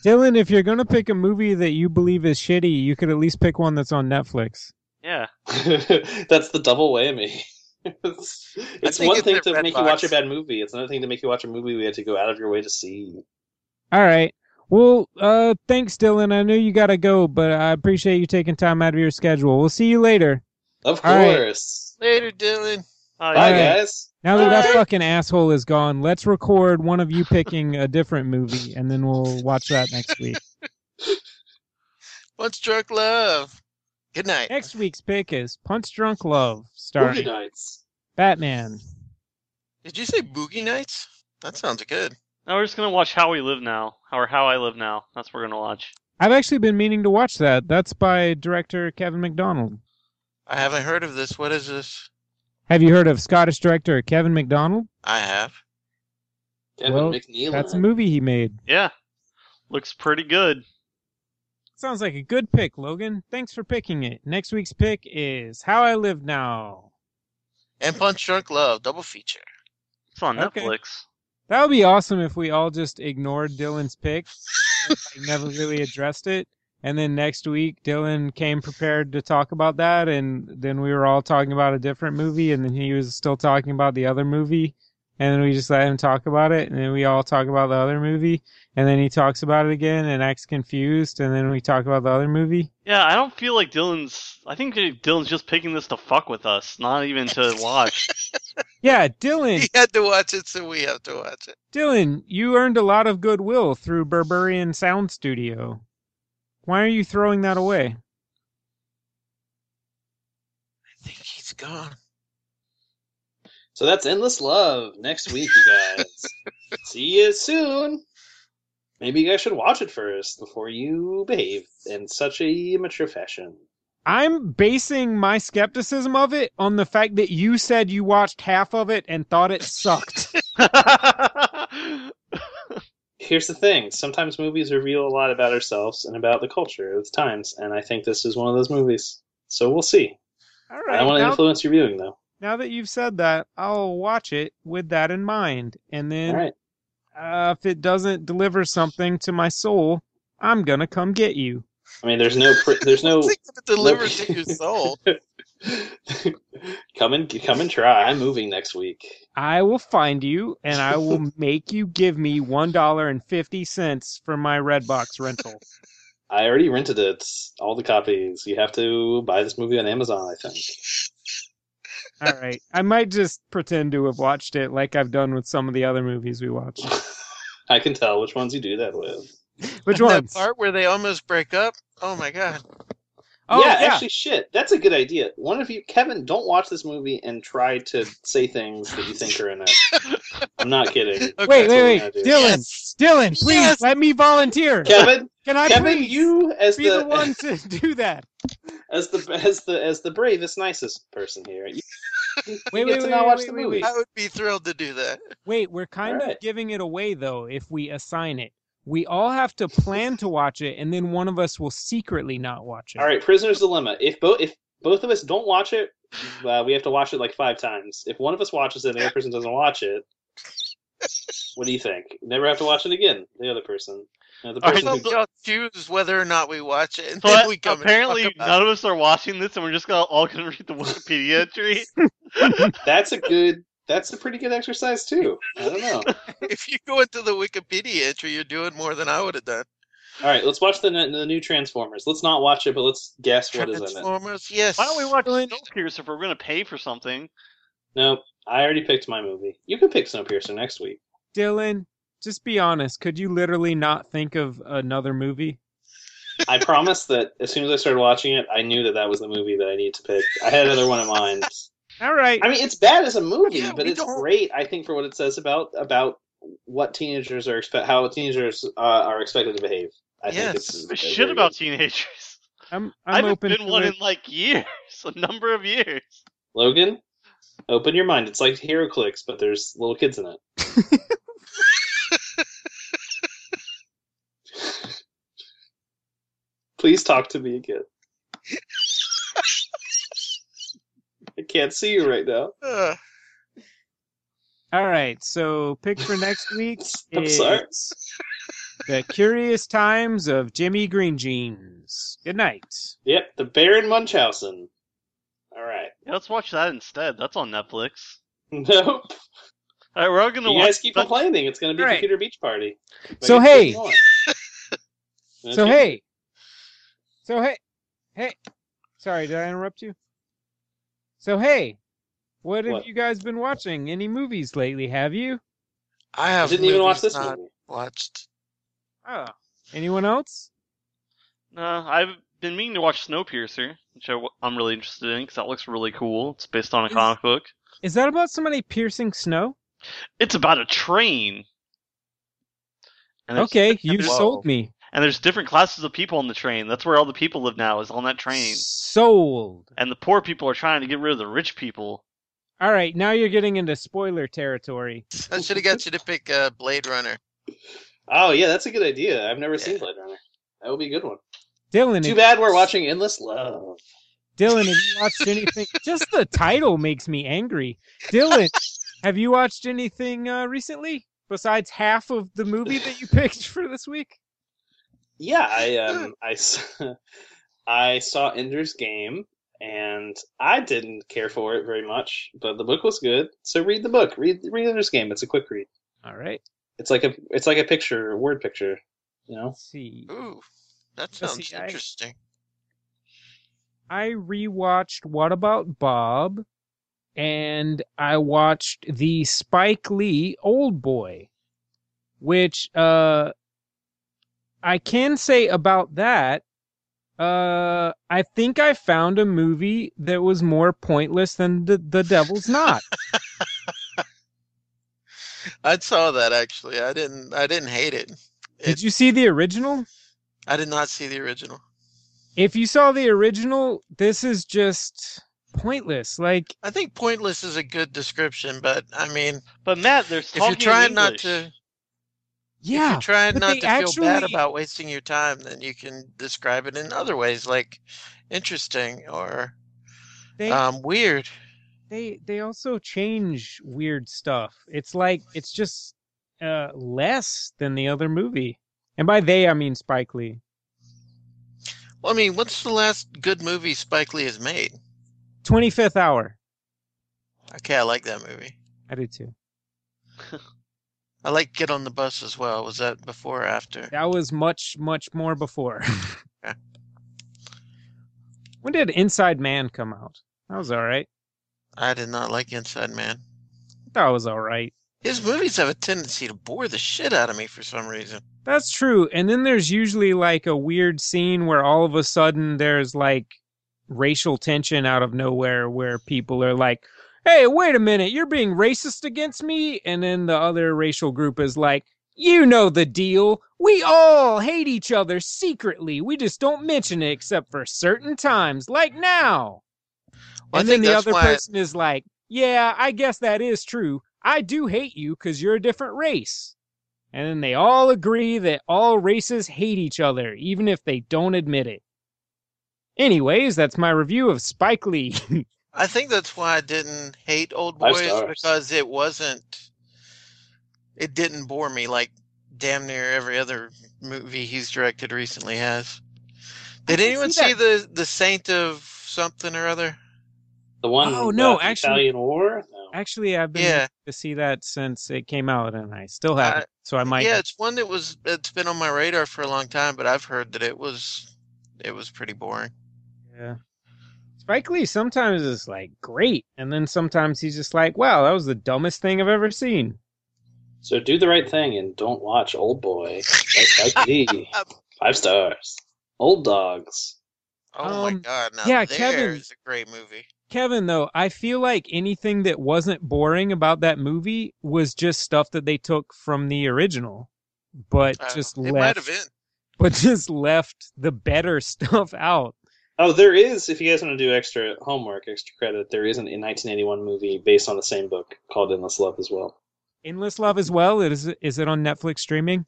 [SPEAKER 1] Dylan, if you're gonna pick a movie that you believe is shitty, you could at least pick one that's on Netflix.
[SPEAKER 3] yeah,
[SPEAKER 4] (laughs) That's the double whammy. (laughs) it's it's
[SPEAKER 2] think
[SPEAKER 4] one
[SPEAKER 2] it's
[SPEAKER 4] thing
[SPEAKER 2] at
[SPEAKER 4] to
[SPEAKER 2] Red
[SPEAKER 4] make you
[SPEAKER 2] Box.
[SPEAKER 4] watch a bad movie. It's another thing to make you watch a movie we had to go out of your way to see.
[SPEAKER 1] All right. Well, uh, thanks, Dylan. I know you gotta go, but I appreciate you taking time out of your schedule. We'll see you later.
[SPEAKER 4] Of
[SPEAKER 1] All right.
[SPEAKER 4] course.
[SPEAKER 2] Later, Dylan.
[SPEAKER 3] Oh,
[SPEAKER 4] Bye,
[SPEAKER 3] yeah.
[SPEAKER 4] guys.
[SPEAKER 1] Now that that
[SPEAKER 2] Bye.
[SPEAKER 1] fucking asshole is gone, let's record one of you picking a different movie, and then we'll watch that next week.
[SPEAKER 2] What's drunk love? Good night.
[SPEAKER 1] Next week's pick is Punch Drunk Love, starring
[SPEAKER 4] nights.
[SPEAKER 1] Batman.
[SPEAKER 2] Did you say Boogie Nights? That sounds good.
[SPEAKER 3] Now we're just gonna watch How We Live Now, or How I Live Now. That's what we're gonna watch.
[SPEAKER 1] I've actually been meaning to watch that. That's by director Kevin McDonald.
[SPEAKER 2] I haven't heard of this. What is this?
[SPEAKER 1] Have you heard of Scottish director Kevin McDonald?
[SPEAKER 2] I have.
[SPEAKER 4] Kevin
[SPEAKER 1] Well,
[SPEAKER 4] McNeil.
[SPEAKER 1] That's a movie he made.
[SPEAKER 3] Yeah, looks pretty good.
[SPEAKER 1] Sounds like a good pick, Logan. Thanks for picking it. Next week's pick is How I Live Now.
[SPEAKER 2] And Punch Drunk Love, double feature. (laughs)
[SPEAKER 3] It's on
[SPEAKER 1] Okay.
[SPEAKER 3] Netflix.
[SPEAKER 1] That would be awesome if we all just ignored Dylan's pick, like never really addressed it, and then next week Dylan came prepared to talk about that, and then we were all talking about a different movie, and then he was still talking about the other movie, and then we just let him talk about it, and then we all talk about the other movie, and then he talks about it again and acts confused, and then we talk about the other movie.
[SPEAKER 3] Yeah, I don't feel like Dylan's. I think Dylan's just picking this to fuck with us, not
[SPEAKER 1] (laughs)
[SPEAKER 3] even to watch. (laughs)
[SPEAKER 1] Yeah,
[SPEAKER 3] Hmm.
[SPEAKER 1] Dylan,
[SPEAKER 2] (laughs) He had to watch it, so we have to watch it.
[SPEAKER 1] Dylan, you earned a lot of goodwill through Berberian Sound Studio. Why are you throwing that away?
[SPEAKER 2] I think he's gone.
[SPEAKER 4] So that's Endless Love next week, you
[SPEAKER 1] (laughs)
[SPEAKER 4] guys. see you soon. Maybe you guys should watch it first before you behave in such a immature fashion.
[SPEAKER 1] I'm basing my skepticism of it on the fact that you said you watched half of it and thought it sucked.
[SPEAKER 4] here's the thing sometimes movies reveal a lot about ourselves and about the culture of the times and i think this is one of those movies so we'll see
[SPEAKER 1] (laughs) All
[SPEAKER 4] i don't
[SPEAKER 1] right.
[SPEAKER 4] want to
[SPEAKER 1] Now,
[SPEAKER 4] influence your viewing though
[SPEAKER 1] now that you've said that, I'll watch it with that in mind. And
[SPEAKER 4] all
[SPEAKER 1] then
[SPEAKER 4] right
[SPEAKER 1] uh, if it doesn't deliver something to my soul, I'm going to come get you.
[SPEAKER 4] i mean there's no pr- there's
[SPEAKER 1] (laughs)
[SPEAKER 2] I
[SPEAKER 4] no (laughs)
[SPEAKER 2] think it delivered to your soul.
[SPEAKER 4] come and come and try i'm moving next week
[SPEAKER 1] I will find you and I
[SPEAKER 4] (laughs)
[SPEAKER 1] will make you give me $1.50 for my Redbox rental.
[SPEAKER 4] i already rented it all the copies you have to buy this movie on amazon i think (laughs)
[SPEAKER 1] All right. I might just pretend to have watched it like I've done with some of the other movies we watched.
[SPEAKER 4] i can tell which ones you do that with
[SPEAKER 1] Which
[SPEAKER 2] That
[SPEAKER 1] ones?
[SPEAKER 2] part where they almost break up. Oh my god.
[SPEAKER 1] Oh,
[SPEAKER 4] yeah,
[SPEAKER 1] yeah.
[SPEAKER 4] actually, shit. That's a good idea. One of you, Kevin, don't watch this movie and try to say things that you think are
[SPEAKER 1] (laughs)
[SPEAKER 4] in it. I'm not kidding.
[SPEAKER 2] Okay.
[SPEAKER 1] Wait,
[SPEAKER 4] That's what we
[SPEAKER 1] wait, wait,
[SPEAKER 4] gotta do.
[SPEAKER 1] Dylan,
[SPEAKER 2] Yes.
[SPEAKER 1] Dylan, please
[SPEAKER 2] Yes.
[SPEAKER 1] let me volunteer.
[SPEAKER 4] Kevin,
[SPEAKER 1] Can I
[SPEAKER 4] Kevin,
[SPEAKER 1] please
[SPEAKER 4] you as
[SPEAKER 1] be
[SPEAKER 4] the,
[SPEAKER 1] the one to (laughs) do that?
[SPEAKER 4] as the as the as the bravest, nicest person here. You wait, wait,
[SPEAKER 1] wait,
[SPEAKER 4] not
[SPEAKER 1] wait,
[SPEAKER 4] watch
[SPEAKER 1] wait,
[SPEAKER 4] the
[SPEAKER 1] wait,
[SPEAKER 4] movie.
[SPEAKER 1] wait.
[SPEAKER 2] I would be thrilled to do that.
[SPEAKER 1] Wait, we're kind of
[SPEAKER 4] Alright.
[SPEAKER 1] giving it away though if we assign it. We all have to plan to watch it, and then one of us will secretly not watch it.
[SPEAKER 4] All right, Prisoner's Dilemma. If both if both of us don't watch it, uh, we have to watch it like five times. If one of us watches it and the other person doesn't watch it, what do you think? Never have to watch it again. The other person. Now, the
[SPEAKER 3] All right,
[SPEAKER 4] person
[SPEAKER 2] So
[SPEAKER 4] who-
[SPEAKER 2] y'all choose whether or not we watch it, and then we
[SPEAKER 3] But
[SPEAKER 2] come and
[SPEAKER 3] apparently,
[SPEAKER 2] talk about
[SPEAKER 3] none of us are watching this, and we're just gonna all gonna read the Wikipedia entry.
[SPEAKER 4] that's a good. That's a pretty good exercise too. I don't know.
[SPEAKER 2] it. (laughs) If you go into the Wikipedia entry, you're doing more than I would have done.
[SPEAKER 4] All right, let's watch the the new Transformers. Let's not watch it, but let's guess what is in it.
[SPEAKER 2] Transformers, yes.
[SPEAKER 3] Why don't we watch
[SPEAKER 1] Excellent.
[SPEAKER 3] Snowpiercer if we're gonna pay for something?
[SPEAKER 4] Nope, I already picked my movie. You can pick Snowpiercer next week.
[SPEAKER 1] Dylan, just be honest. Could you literally not think of another movie?
[SPEAKER 4] I promise that as soon as I started watching it, I knew that that was the movie that I needed to pick. I had another one in mind.
[SPEAKER 1] All right.
[SPEAKER 4] I mean, it's bad as a movie,
[SPEAKER 2] Yeah,
[SPEAKER 4] but
[SPEAKER 2] we
[SPEAKER 4] it's
[SPEAKER 2] don't-
[SPEAKER 4] great. I think for what it says about about what teenagers are expect, how teenagers uh, are expected to behave. I think
[SPEAKER 2] Yes.
[SPEAKER 4] it's, it's
[SPEAKER 3] Shit
[SPEAKER 4] very
[SPEAKER 3] about
[SPEAKER 4] good.
[SPEAKER 3] teenagers.
[SPEAKER 1] I'm
[SPEAKER 3] I
[SPEAKER 1] I'm
[SPEAKER 3] haven't
[SPEAKER 1] open
[SPEAKER 3] been
[SPEAKER 1] to
[SPEAKER 3] one
[SPEAKER 1] it.
[SPEAKER 3] in like years, (laughs) a number of years.
[SPEAKER 4] Logan. Open your mind. It's like Hero Clicks, but there's little kids in it.
[SPEAKER 1] (laughs)
[SPEAKER 4] Please talk to me again. I can't see you right now.
[SPEAKER 2] Uh,
[SPEAKER 1] All right. So pick for next week.
[SPEAKER 4] (laughs) I'm
[SPEAKER 1] is
[SPEAKER 4] sorry.
[SPEAKER 1] The Curious Times of Jimmy Green Jeans. Good night.
[SPEAKER 4] Yep, the Baron Munchausen. All right. (laughs)
[SPEAKER 3] Yeah, let's watch that instead. That's on Netflix.
[SPEAKER 4] Nope.
[SPEAKER 3] All right, we're all gonna
[SPEAKER 4] You
[SPEAKER 3] watch.
[SPEAKER 4] guys keep
[SPEAKER 3] that-
[SPEAKER 4] complaining. It's going to be
[SPEAKER 1] All right.
[SPEAKER 4] Computer Beach Party. Make
[SPEAKER 1] So
[SPEAKER 4] it
[SPEAKER 1] hey.
[SPEAKER 4] more.
[SPEAKER 1] So
[SPEAKER 4] Okay.
[SPEAKER 1] hey, so hey, hey. Sorry, did I interrupt you? So hey, what have
[SPEAKER 4] What?
[SPEAKER 1] you guys been watching? Any movies lately? Have you?
[SPEAKER 2] I
[SPEAKER 4] I
[SPEAKER 2] have
[SPEAKER 4] didn't even watch
[SPEAKER 2] movies
[SPEAKER 4] this
[SPEAKER 2] not
[SPEAKER 4] movie.
[SPEAKER 2] watched.
[SPEAKER 1] Oh, anyone else?
[SPEAKER 3] No, Uh, I've been meaning to watch Snowpiercer, which I, am really interested in because that looks really cool. It's based on a
[SPEAKER 1] Is-
[SPEAKER 3] comic book.
[SPEAKER 1] Is that about somebody piercing snow?
[SPEAKER 3] It's about a train. And there's-
[SPEAKER 1] Okay, you
[SPEAKER 3] there's-
[SPEAKER 1] sold me.
[SPEAKER 3] And there's different classes of people on the train. That's where all the people live now, is on that train.
[SPEAKER 1] Sold.
[SPEAKER 3] And the poor people are trying to get rid of the rich people.
[SPEAKER 1] All right, now you're getting into spoiler territory.
[SPEAKER 2] I should have got you to pick uh, Blade Runner.
[SPEAKER 4] Oh yeah, that's a good idea. I've never seen
[SPEAKER 2] Yeah.
[SPEAKER 4] Blade Runner. That would be a good one.
[SPEAKER 1] Dylan,
[SPEAKER 4] Too
[SPEAKER 1] if-
[SPEAKER 4] bad we're watching Endless Love.
[SPEAKER 1] Dylan, have you watched anything? Just the title makes me angry. Dylan, have you watched anything uh, recently besides half of the movie that you (laughs) picked for this week?
[SPEAKER 4] Yeah, I um, I s- (laughs) I saw Ender's Game, and I didn't care for it very much, but the book was good. So read the book. Read read Ender's Game. It's a quick read.
[SPEAKER 1] All right.
[SPEAKER 4] It's like a it's like a picture, a word picture. You know.
[SPEAKER 1] Let's see.
[SPEAKER 2] Ooh, that
[SPEAKER 1] Let's
[SPEAKER 2] sounds
[SPEAKER 1] see, I-
[SPEAKER 2] interesting.
[SPEAKER 1] I rewatched What About Bob and I watched the Spike Lee Old Boy, which uh I can say about that uh I think I found a movie that was more pointless than the, the Devil's Knot.
[SPEAKER 2] I saw that actually. I didn't. I didn't hate it.
[SPEAKER 1] Did
[SPEAKER 2] (laughs) It-
[SPEAKER 1] you see the original?
[SPEAKER 2] I did not see the original.
[SPEAKER 1] If you saw the original, this is just pointless. Like
[SPEAKER 2] I think pointless is a good description, but I mean,
[SPEAKER 3] But Matt, there's
[SPEAKER 2] if
[SPEAKER 3] talking
[SPEAKER 2] you're trying
[SPEAKER 3] in
[SPEAKER 2] not
[SPEAKER 3] English.
[SPEAKER 2] to, if
[SPEAKER 1] yeah,
[SPEAKER 2] you're trying
[SPEAKER 1] but
[SPEAKER 2] not
[SPEAKER 1] they
[SPEAKER 2] to feel bad
[SPEAKER 1] actually-
[SPEAKER 2] about wasting your time, then you can describe it in other ways, like interesting or
[SPEAKER 1] they
[SPEAKER 2] um, weird.
[SPEAKER 1] they they also change weird stuff. It's like it's just uh less than the other movie. And by they I mean Spike Lee.
[SPEAKER 2] Well, I mean, what's the last good movie Spike Lee has made?
[SPEAKER 1] 25th hour.
[SPEAKER 2] Okay, I like that movie.
[SPEAKER 1] I did too.
[SPEAKER 2] I like Get on the Bus as well. Was that before or after?
[SPEAKER 1] That was much much more before. (laughs) when did Inside Man come out? That was all right.
[SPEAKER 2] I did not like Inside Man.
[SPEAKER 1] That was all right.
[SPEAKER 2] His movies have a tendency to bore the shit out of me for some reason.
[SPEAKER 1] That's true. And then there's usually like a weird scene where all of a sudden there's like racial tension out of nowhere where people are like, hey, wait a minute, you're being racist against me. And then the other racial group is like, you know the deal. We all hate each other secretly. We just don't mention it except for certain times, like now.
[SPEAKER 2] Well, I
[SPEAKER 1] and then
[SPEAKER 2] think
[SPEAKER 1] the
[SPEAKER 2] that's
[SPEAKER 1] other
[SPEAKER 2] why-
[SPEAKER 1] person is like, yeah, I guess that is true. I do hate you because you're a different race. And then they all agree that all races hate each other, even if they don't admit it. Anyways, that's my review of Spike Lee. (laughs)
[SPEAKER 2] I think that's why I didn't hate Old
[SPEAKER 4] Five
[SPEAKER 2] Boy is
[SPEAKER 4] stars.
[SPEAKER 2] because it wasn't. It didn't bore me like damn near every other movie he's directed recently has. Did
[SPEAKER 1] can
[SPEAKER 2] anyone
[SPEAKER 1] see that.
[SPEAKER 2] see the the Saint of something or other?
[SPEAKER 4] The one.
[SPEAKER 1] Oh, no,
[SPEAKER 4] about the
[SPEAKER 1] actually-
[SPEAKER 4] Italian War. No.
[SPEAKER 1] Actually, I've been
[SPEAKER 2] Yeah.
[SPEAKER 1] to see that since it came out, and I still haven't.
[SPEAKER 2] Uh,
[SPEAKER 1] so I might.
[SPEAKER 2] yeah, it's one that was it's been on my radar for a long time, but I've heard that it was it was pretty boring.
[SPEAKER 1] Yeah. Spike Lee sometimes is like great, and then sometimes he's just like, "Wow, that was the dumbest thing I've ever seen."
[SPEAKER 4] So do the right thing and don't watch Old Boy. That's like me. Five stars. Old dogs.
[SPEAKER 2] Oh my
[SPEAKER 1] Um,
[SPEAKER 2] god! Now
[SPEAKER 1] yeah,
[SPEAKER 2] there
[SPEAKER 1] Kevin-
[SPEAKER 2] is a great movie.
[SPEAKER 1] Kevin, though, I feel like anything that wasn't boring about that movie was just stuff that they took from the original, but
[SPEAKER 2] Uh,
[SPEAKER 1] just
[SPEAKER 2] it might
[SPEAKER 1] left,
[SPEAKER 2] have been.
[SPEAKER 1] (laughs) but just left the better (laughs) stuff out.
[SPEAKER 4] Oh, there is. If you guys want to do extra homework, extra credit, there is an in 1981 movie based on the same book called Endless Love as well.
[SPEAKER 1] Endless Love as well. Is it, is it on Netflix streaming?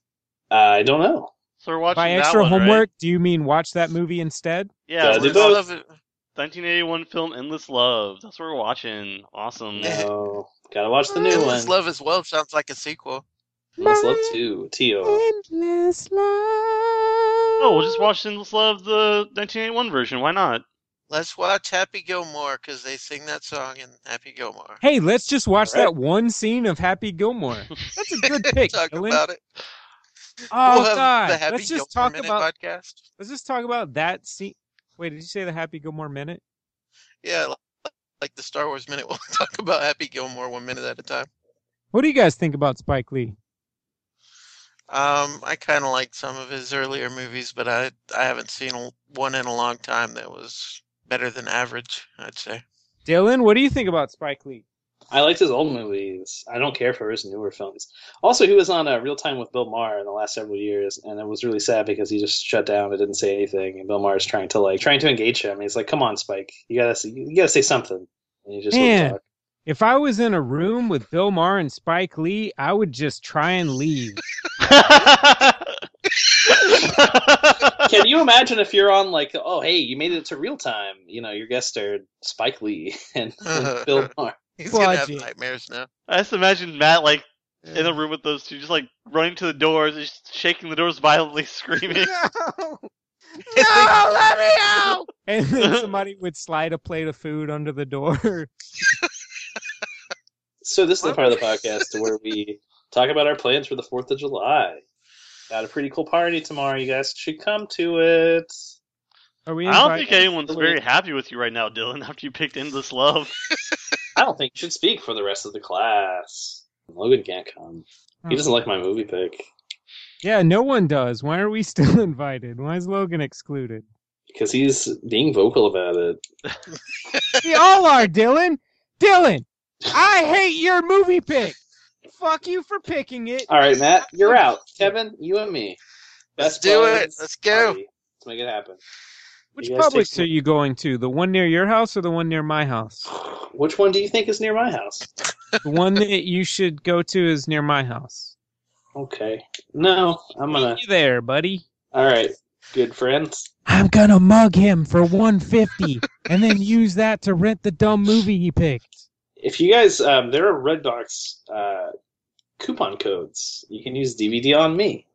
[SPEAKER 4] I don't know.
[SPEAKER 3] So we're watching
[SPEAKER 1] By
[SPEAKER 3] that
[SPEAKER 1] extra
[SPEAKER 3] one, right?
[SPEAKER 1] homework, do you mean watch that movie instead?
[SPEAKER 3] Yeah,
[SPEAKER 4] Yeah,
[SPEAKER 3] we're-
[SPEAKER 4] do both.
[SPEAKER 3] 1981 film Endless Love. That's what we're watching.
[SPEAKER 2] (laughs)
[SPEAKER 3] Awesome.
[SPEAKER 4] No, gotta watch the new
[SPEAKER 2] Mm. Endless
[SPEAKER 4] one.
[SPEAKER 2] Love as well sounds like a sequel.
[SPEAKER 4] Endless Love Two. To
[SPEAKER 1] Endless Love.
[SPEAKER 3] Oh, we'll just watch Endless Love, the 1981 version. Why not?
[SPEAKER 2] Let's watch Happy Gilmore because they sing that song in Happy Gilmore.
[SPEAKER 1] Hey, let's just watch
[SPEAKER 4] All right.
[SPEAKER 1] that one scene of Happy
[SPEAKER 2] (laughs)
[SPEAKER 1] Gilmore. That's a good pick,
[SPEAKER 2] Talk
[SPEAKER 1] Dylan.
[SPEAKER 2] about it.
[SPEAKER 1] oh
[SPEAKER 2] (laughs) We'll have
[SPEAKER 1] God,
[SPEAKER 2] the Happy
[SPEAKER 1] let's just
[SPEAKER 2] Gilmore
[SPEAKER 1] talk
[SPEAKER 2] Minute
[SPEAKER 1] about
[SPEAKER 2] podcast.
[SPEAKER 1] let's just talk about that scene. Wait, did you say the Happy Gilmore minute?
[SPEAKER 2] Yeah, like- like the Star Wars minute. (laughs) We'll talk about Happy Gilmore one minute at a time.
[SPEAKER 1] What do you guys think about Spike Lee?
[SPEAKER 2] Um, I kind of liked some of his earlier movies, but I I haven't seen a- one in a long time that was better than average. I'd say.
[SPEAKER 1] Dylan, what do you think about Spike Lee?
[SPEAKER 4] I liked his old movies. I don't care for his newer films. Also, he was on uh, Real Time with Bill Maher in the last several years, and it was really sad because he just shut down and didn't say anything. And Bill Maher's trying to like trying to engage him. He's like, "Come on, Spike, you gotta say- you gotta say something." And he just
[SPEAKER 1] Man.
[SPEAKER 4] wouldn't talk.
[SPEAKER 1] If I was in a room with Bill Maher and Spike Lee, I would just try and leave.
[SPEAKER 4] Can you imagine if you're on like, "Oh, hey, you made it to Real Time." You know, your guest starred Spike Lee (laughs)
[SPEAKER 2] (laughs)
[SPEAKER 4] and, and Bill Maher.
[SPEAKER 2] He's gonna have
[SPEAKER 1] Budget.
[SPEAKER 2] nightmares
[SPEAKER 1] (laughs)
[SPEAKER 2] now.
[SPEAKER 3] I just imagine Matt, like, (laughs) in the room with those two, just, like, running to the doors, and just shaking the doors violently, (laughs) screaming.
[SPEAKER 1] no!
[SPEAKER 2] No, let me out!
[SPEAKER 1] (laughs) And then somebody would slide a plate of food under the door. (laughs)
[SPEAKER 4] So this is the part of the podcast where we talk about our plans for the Fourth of July. Got a pretty cool party tomorrow. You guys should come to it.
[SPEAKER 1] Are we?
[SPEAKER 3] I don't
[SPEAKER 1] invited?
[SPEAKER 3] think anyone's very happy with you right now, Dylan, after you picked Endless Love.
[SPEAKER 4] I don't think you should speak for the rest of the class. Logan can't come. He doesn't like my movie pick
[SPEAKER 1] Yeah, no one does. Why are we still (laughs) invited? Why is Logan excluded?
[SPEAKER 4] because he's being vocal about it.
[SPEAKER 1] We all are, Dylan. Dylan, I hate your movie pick. Fuck you for picking it.
[SPEAKER 4] All right, Matt, you're out. Kevin, you and me.
[SPEAKER 2] Let's do it.
[SPEAKER 4] buds
[SPEAKER 2] Let's go.
[SPEAKER 4] party. Let's make it happen.
[SPEAKER 1] Which
[SPEAKER 4] You guys take
[SPEAKER 1] Publix
[SPEAKER 4] some-
[SPEAKER 1] are you going to? The one near your house or the one near my house?
[SPEAKER 4] Which one do you think is near my house?
[SPEAKER 1] the one
[SPEAKER 4] (laughs)
[SPEAKER 1] that you should go to is near my house.
[SPEAKER 4] Okay. No, I'm gonna.
[SPEAKER 1] See you there, buddy.
[SPEAKER 4] All right, good friends.
[SPEAKER 1] I'm gonna mug him for 150 and then use that to rent the dumb movie he picked.
[SPEAKER 4] If you guys, um, there are Redbox uh, coupon codes. You can use DVD on me.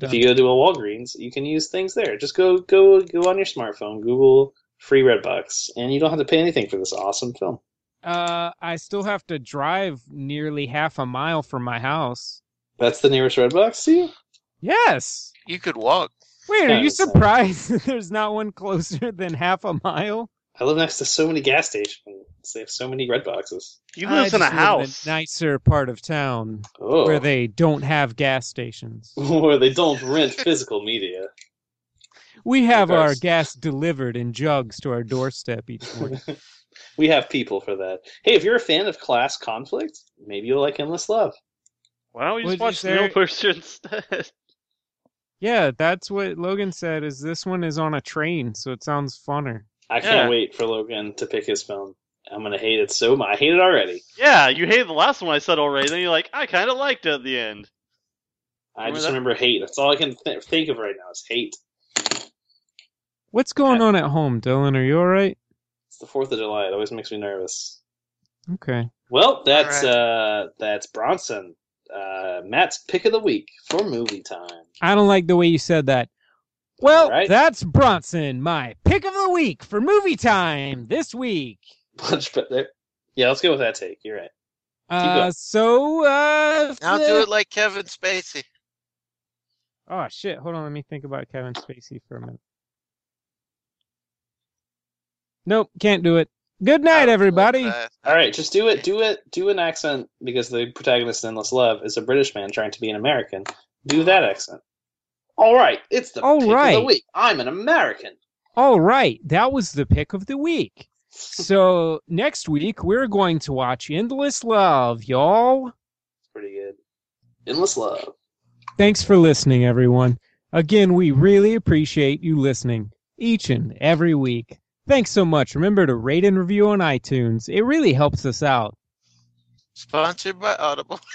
[SPEAKER 4] If you go to a Walgreens, you can use things there. Just go go go on your smartphone, Google free Redbox, and you don't have to pay anything for this awesome film.
[SPEAKER 1] Uh, I still have to drive nearly half a mile from my house.
[SPEAKER 4] That's the nearest Redbox to you.
[SPEAKER 1] Yes.
[SPEAKER 2] You could walk.
[SPEAKER 1] Wait, are
[SPEAKER 4] Kinda
[SPEAKER 1] you
[SPEAKER 4] sad.
[SPEAKER 1] surprised (laughs) that there's not one closer than half a mile?
[SPEAKER 4] I live next to so many gas stations. They have so many Redboxes.
[SPEAKER 3] He lives in a house.
[SPEAKER 1] nicer part of town
[SPEAKER 4] Oh,
[SPEAKER 1] where they don't have gas stations.
[SPEAKER 4] (laughs) where they don't rent physical media.
[SPEAKER 1] We have our
[SPEAKER 4] course.
[SPEAKER 1] gas delivered in jugs to our doorstep each morning.
[SPEAKER 4] we have people for that. Hey, if you're a fan of class conflict, maybe you'll like Endless Love.
[SPEAKER 3] Why don't we just
[SPEAKER 1] Would you
[SPEAKER 3] watch
[SPEAKER 1] say-
[SPEAKER 3] No Pusher instead? (laughs)
[SPEAKER 1] yeah, that's what Logan said. Is this one is on a train, so it sounds funner.
[SPEAKER 4] I
[SPEAKER 3] Yeah.
[SPEAKER 4] can't wait for Logan to pick his film. I'm gonna hate it so much. I hate it already.
[SPEAKER 3] Yeah, you hated the last one I said already. Then you're like, I kind of liked it at the end. (laughs)
[SPEAKER 4] I
[SPEAKER 3] Remember
[SPEAKER 4] just
[SPEAKER 3] that?
[SPEAKER 4] remember hate. That's all I can th- think of right now is hate.
[SPEAKER 1] What's going on at home, Dylan? Are you all right?
[SPEAKER 4] It's the Fourth of July. It always makes me nervous.
[SPEAKER 1] Okay.
[SPEAKER 4] Well, that's
[SPEAKER 2] All
[SPEAKER 4] uh that's Bronson. Uh, Matt's pick of the week for movie time. (laughs)
[SPEAKER 1] I don't like the way you said that. Well,
[SPEAKER 4] All right.
[SPEAKER 1] that's Bronson, my pick of the week for movie time this week.
[SPEAKER 4] Much better. Yeah, let's go with that take. You're right.
[SPEAKER 1] Uh,
[SPEAKER 4] going.
[SPEAKER 1] so uh,
[SPEAKER 2] I'll do it like Kevin Spacey.
[SPEAKER 1] Oh shit! Hold on, let me think about Kevin Spacey for a minute. Nope, can't do it. Good night,
[SPEAKER 2] Uh,
[SPEAKER 1] everybody.
[SPEAKER 2] uh,
[SPEAKER 4] All right, just do it. Do it. Do an accent because the protagonist in Endless Love is a British man trying to be an American. Do that accent. All right, it's the
[SPEAKER 1] All
[SPEAKER 4] pick of
[SPEAKER 1] right.
[SPEAKER 4] the week. I'm an American.
[SPEAKER 1] All right, that was the pick of the
[SPEAKER 4] (laughs)
[SPEAKER 1] week. So next week we're going to watch Endless Love, y'all.
[SPEAKER 4] Pretty good. Endless Love.
[SPEAKER 1] Thanks for listening, everyone. Again, we really appreciate you listening each and every week. Thanks so much. Remember to rate and review on iTunes. It really helps us out.
[SPEAKER 2] Sponsored by Audible. (laughs)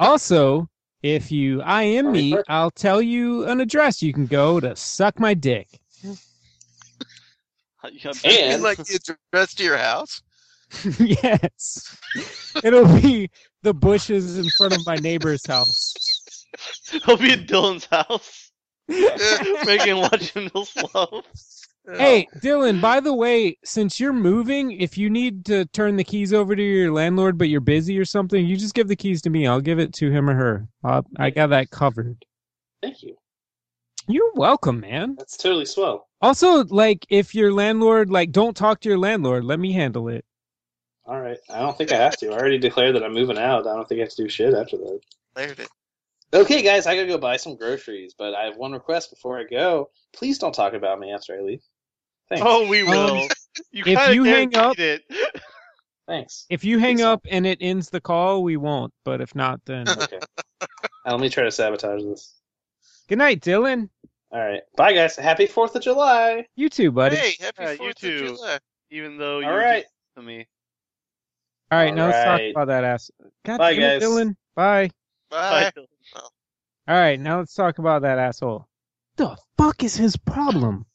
[SPEAKER 1] Also, if you IM me,
[SPEAKER 4] Sorry.
[SPEAKER 1] I'll tell you an address you can go to suck my dick. (laughs)
[SPEAKER 2] You
[SPEAKER 4] And
[SPEAKER 2] like the address to your house?
[SPEAKER 4] (laughs)
[SPEAKER 1] yes. It'll be the bushes in front of my neighbor's house.
[SPEAKER 3] (laughs)
[SPEAKER 4] (laughs)
[SPEAKER 3] He'll be at Dylan's house, (laughs)
[SPEAKER 1] hey,
[SPEAKER 3] making watching this (laughs) love.
[SPEAKER 1] Dylan, by the way, since you're moving, if you need to turn the keys over to your landlord but you're busy or something, you just give the keys to me. I'll give it to him or her. I'll, I got that covered.
[SPEAKER 4] thank you.
[SPEAKER 1] You're welcome, man.
[SPEAKER 4] That's totally swell.
[SPEAKER 1] Also, like if your landlord like don't talk to your landlord, let me handle it.
[SPEAKER 4] All right. I don't think I have to. I already declared that I'm moving out. I don't think I have to do shit after that.
[SPEAKER 2] Oh, There it is.
[SPEAKER 4] Okay, guys, I gotta go buy some groceries, but I have one request before I go. Please don't talk about me after I leave. Thanks.
[SPEAKER 3] Oh, we will.
[SPEAKER 1] Um,
[SPEAKER 3] you
[SPEAKER 1] if
[SPEAKER 3] kinda
[SPEAKER 1] you hang
[SPEAKER 3] guaranteed
[SPEAKER 1] up-
[SPEAKER 3] it.
[SPEAKER 1] (laughs)
[SPEAKER 4] Thanks.
[SPEAKER 1] If you hang
[SPEAKER 4] Please don't.
[SPEAKER 1] up and it ends the call, we won't. But if not,
[SPEAKER 4] (laughs)
[SPEAKER 1] then
[SPEAKER 4] Okay. Now, let me try to sabotage this.
[SPEAKER 1] good night, Dylan.
[SPEAKER 4] All right. Bye, guys. Happy 4th of July.
[SPEAKER 1] You too, buddy.
[SPEAKER 2] Hey, happy
[SPEAKER 3] Yeah, you
[SPEAKER 2] 4th
[SPEAKER 3] too.
[SPEAKER 2] of July.
[SPEAKER 3] Even though you
[SPEAKER 4] All
[SPEAKER 3] were
[SPEAKER 4] right.
[SPEAKER 3] just to me.
[SPEAKER 1] all right, now let's talk
[SPEAKER 4] alright.
[SPEAKER 1] about that ass. God
[SPEAKER 4] Bye,
[SPEAKER 1] damn it,
[SPEAKER 4] guys.
[SPEAKER 1] Dylan. Bye.
[SPEAKER 2] Bye.
[SPEAKER 3] Dylan.
[SPEAKER 1] All right, now let's talk about that asshole. The fuck is his problem?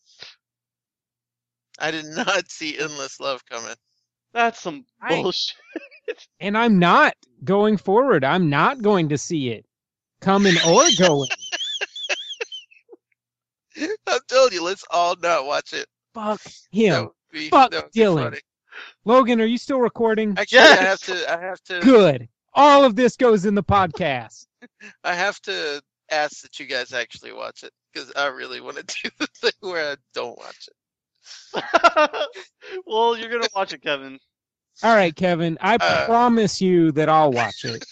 [SPEAKER 2] I did not (laughs) see Endless Love coming. (laughs)
[SPEAKER 3] That's some
[SPEAKER 1] I-
[SPEAKER 3] bullshit. (laughs)
[SPEAKER 1] And I'm not going forward. I'm not going to see it coming
[SPEAKER 2] (laughs)
[SPEAKER 1] or going.
[SPEAKER 2] I'm telling you, let's all not watch it.
[SPEAKER 1] fuck
[SPEAKER 2] That
[SPEAKER 1] him.
[SPEAKER 2] would be,
[SPEAKER 1] Fuck
[SPEAKER 2] that would be
[SPEAKER 1] Dylan.
[SPEAKER 2] funny.
[SPEAKER 1] Logan, are you still recording?
[SPEAKER 2] Actually, I have
[SPEAKER 3] Yes.
[SPEAKER 2] to. I have
[SPEAKER 1] (laughs)
[SPEAKER 2] to.
[SPEAKER 1] Good. All of this goes in the podcast.
[SPEAKER 2] I have to ask that you guys actually watch it because I really want to (laughs) do the thing where I don't watch it.
[SPEAKER 3] well, you're gonna watch it, Kevin.
[SPEAKER 1] All right, Kevin. I
[SPEAKER 2] Uh.
[SPEAKER 1] promise you that I'll watch
[SPEAKER 2] (laughs)
[SPEAKER 1] it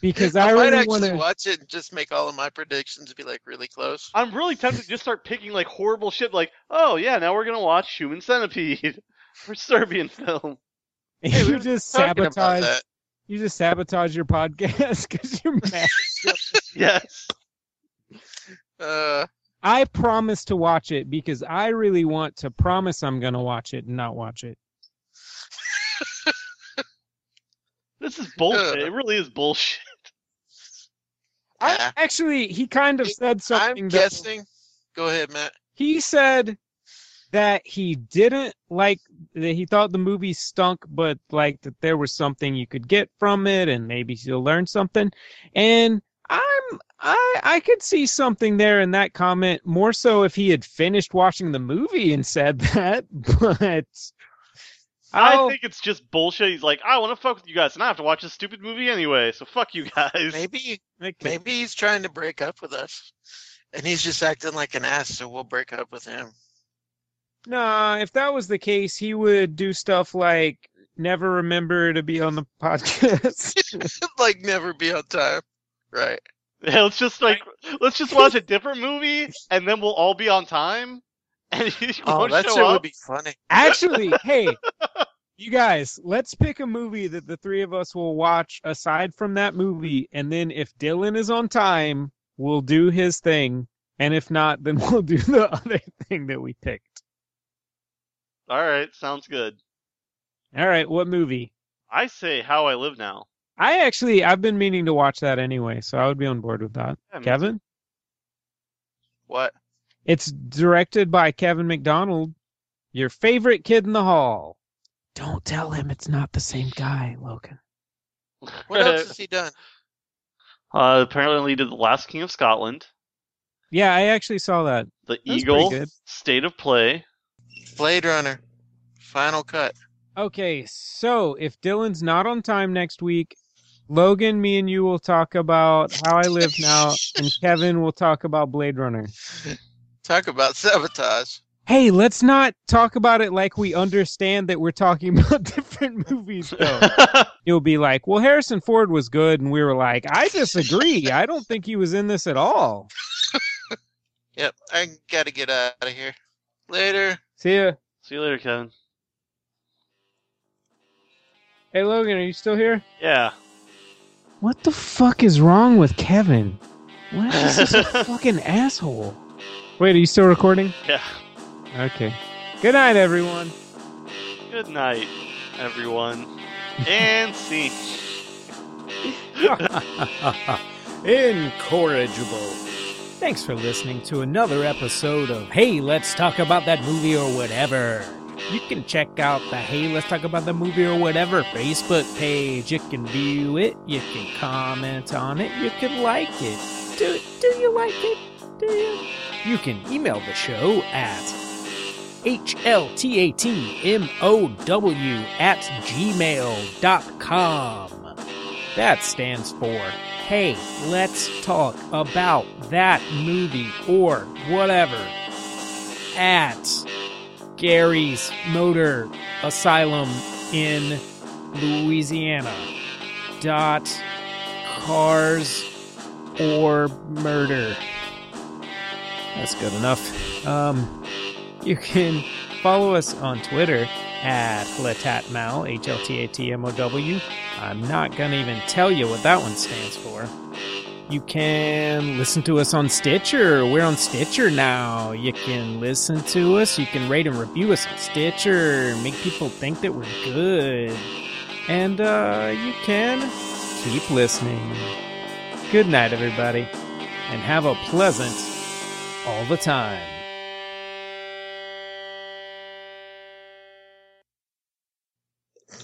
[SPEAKER 1] because I,
[SPEAKER 2] might
[SPEAKER 1] really
[SPEAKER 2] actually
[SPEAKER 1] want to.
[SPEAKER 2] watch it and just make all of my predictions be like really close.
[SPEAKER 3] I'm really tempted to just start picking like horrible shit. Like, oh yeah, now we're gonna watch Human Centipede (laughs) or Serbian film. (laughs)
[SPEAKER 2] Hey,
[SPEAKER 1] (laughs)
[SPEAKER 2] we
[SPEAKER 1] you
[SPEAKER 2] were
[SPEAKER 1] just
[SPEAKER 2] Talking about
[SPEAKER 1] sabotage.
[SPEAKER 2] that.
[SPEAKER 1] You just sabotage your podcast (laughs) because you're mad.
[SPEAKER 3] Yes.
[SPEAKER 2] Uh,
[SPEAKER 1] I promise to watch it because I really want to promise I'm gonna watch it and not watch it.
[SPEAKER 3] This is bullshit. It really is bullshit. (laughs)
[SPEAKER 1] I,
[SPEAKER 2] Yeah.
[SPEAKER 1] actually, he kind of said something.
[SPEAKER 2] I'm
[SPEAKER 1] that-
[SPEAKER 2] guessing. Go ahead, Matt.
[SPEAKER 1] he said that he didn't like that he thought the movie stunk but like that there was something you could get from it and maybe you'll learn something and i'm i i could see something there in that comment more so if he had finished watching the movie and said (laughs) that but
[SPEAKER 3] I
[SPEAKER 1] I'll-
[SPEAKER 3] think it's just bullshit. He's like, I want to fuck with you guys, and I have to watch this stupid movie anyway. So fuck you guys.
[SPEAKER 1] (laughs)
[SPEAKER 2] Maybe,
[SPEAKER 1] okay.
[SPEAKER 2] maybe he's trying to break up with us, and he's just acting like an ass, so we'll break up with him. (laughs)
[SPEAKER 1] Nah, if that was the case, he would do stuff like never remember to be on the (laughs) podcast.
[SPEAKER 2] like never be on time, right?
[SPEAKER 3] Yeah, (laughs) let's just like let's just watch a different movie, and then we'll all be on time. (laughs) And you
[SPEAKER 2] Oh,
[SPEAKER 3] won't
[SPEAKER 2] that
[SPEAKER 3] show
[SPEAKER 2] shit
[SPEAKER 3] up.
[SPEAKER 2] would be funny.
[SPEAKER 1] Actually, hey, you guys, let's pick a movie that the three of us will watch aside from that movie, and then if Dylan is on time, we'll do his thing, and
[SPEAKER 7] (laughs)
[SPEAKER 1] if not, then we'll do the other thing that we picked.
[SPEAKER 3] All right, sounds good.
[SPEAKER 7] All right, what movie?
[SPEAKER 3] I say How I Live Now.
[SPEAKER 7] I actually I've been meaning to watch that anyway, so I would be on board with that.
[SPEAKER 3] Yeah, me
[SPEAKER 7] Kevin?
[SPEAKER 2] What?
[SPEAKER 7] It's directed by Kevin McDonald, your favorite kid in the hall. Don't tell him it's not the same guy, Logan.
[SPEAKER 2] What (laughs) else has he done?
[SPEAKER 3] Uh, apparently, he did The Last King of Scotland,
[SPEAKER 7] Yeah, I actually saw that.
[SPEAKER 3] The
[SPEAKER 7] pretty
[SPEAKER 3] Eagle,
[SPEAKER 7] good.
[SPEAKER 3] State of Play.
[SPEAKER 2] Blade Runner, Final Cut.
[SPEAKER 7] Okay, so if Dylan's not on time next week, Logan, me and you will talk about how I live now, and Kevin will talk about Blade Runner.
[SPEAKER 2] Talk about sabotage.
[SPEAKER 7] Hey, let's not talk about it like we understand that we're talking (laughs) about different movies, though.
[SPEAKER 3] (laughs)
[SPEAKER 7] You'll be like, well, Harrison Ford was good. And we were like, I disagree. I don't think he was in this at all.
[SPEAKER 2] Yep, I gotta get out of here. Later.
[SPEAKER 7] See ya.
[SPEAKER 3] See you later, Kevin.
[SPEAKER 7] Hey, Logan, are you still here?
[SPEAKER 3] Yeah.
[SPEAKER 7] What the fuck is wrong with Kevin? What is this a fucking asshole? Wait, are you still recording?
[SPEAKER 3] Yeah.
[SPEAKER 7] Okay. Good night, everyone.
[SPEAKER 3] Good night, everyone. And see.
[SPEAKER 1] (laughs)
[SPEAKER 8] Incorrigible.
[SPEAKER 1] Thanks for listening to another episode of Hey, Let's Talk About That Movie or Whatever. You can check out the Hey, Let's Talk About That Movie or Whatever Facebook page. You can view it, you can comment on it, you can like it. Do, do you like it? Do you? You can email the show at HLTATMOW at gmail.com. That stands for Hey, let's talk about that movie or whatever at Gary's Motor Asylum in Louisiana. Dot cars or murder. That's good enough. Um, you can follow us on Twitter at Letatmow, H L T A T M O W. I'm not going to even tell you what that one stands for. You can listen to us on Stitcher. We're on Stitcher now. You can listen to us. You can rate and review us on Stitcher. Make people think that we're good. And uh, you can keep listening. Good night, everybody. And have a pleasant all the time.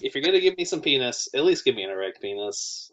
[SPEAKER 4] If you're gonna give me some penis, at least give me an erect penis.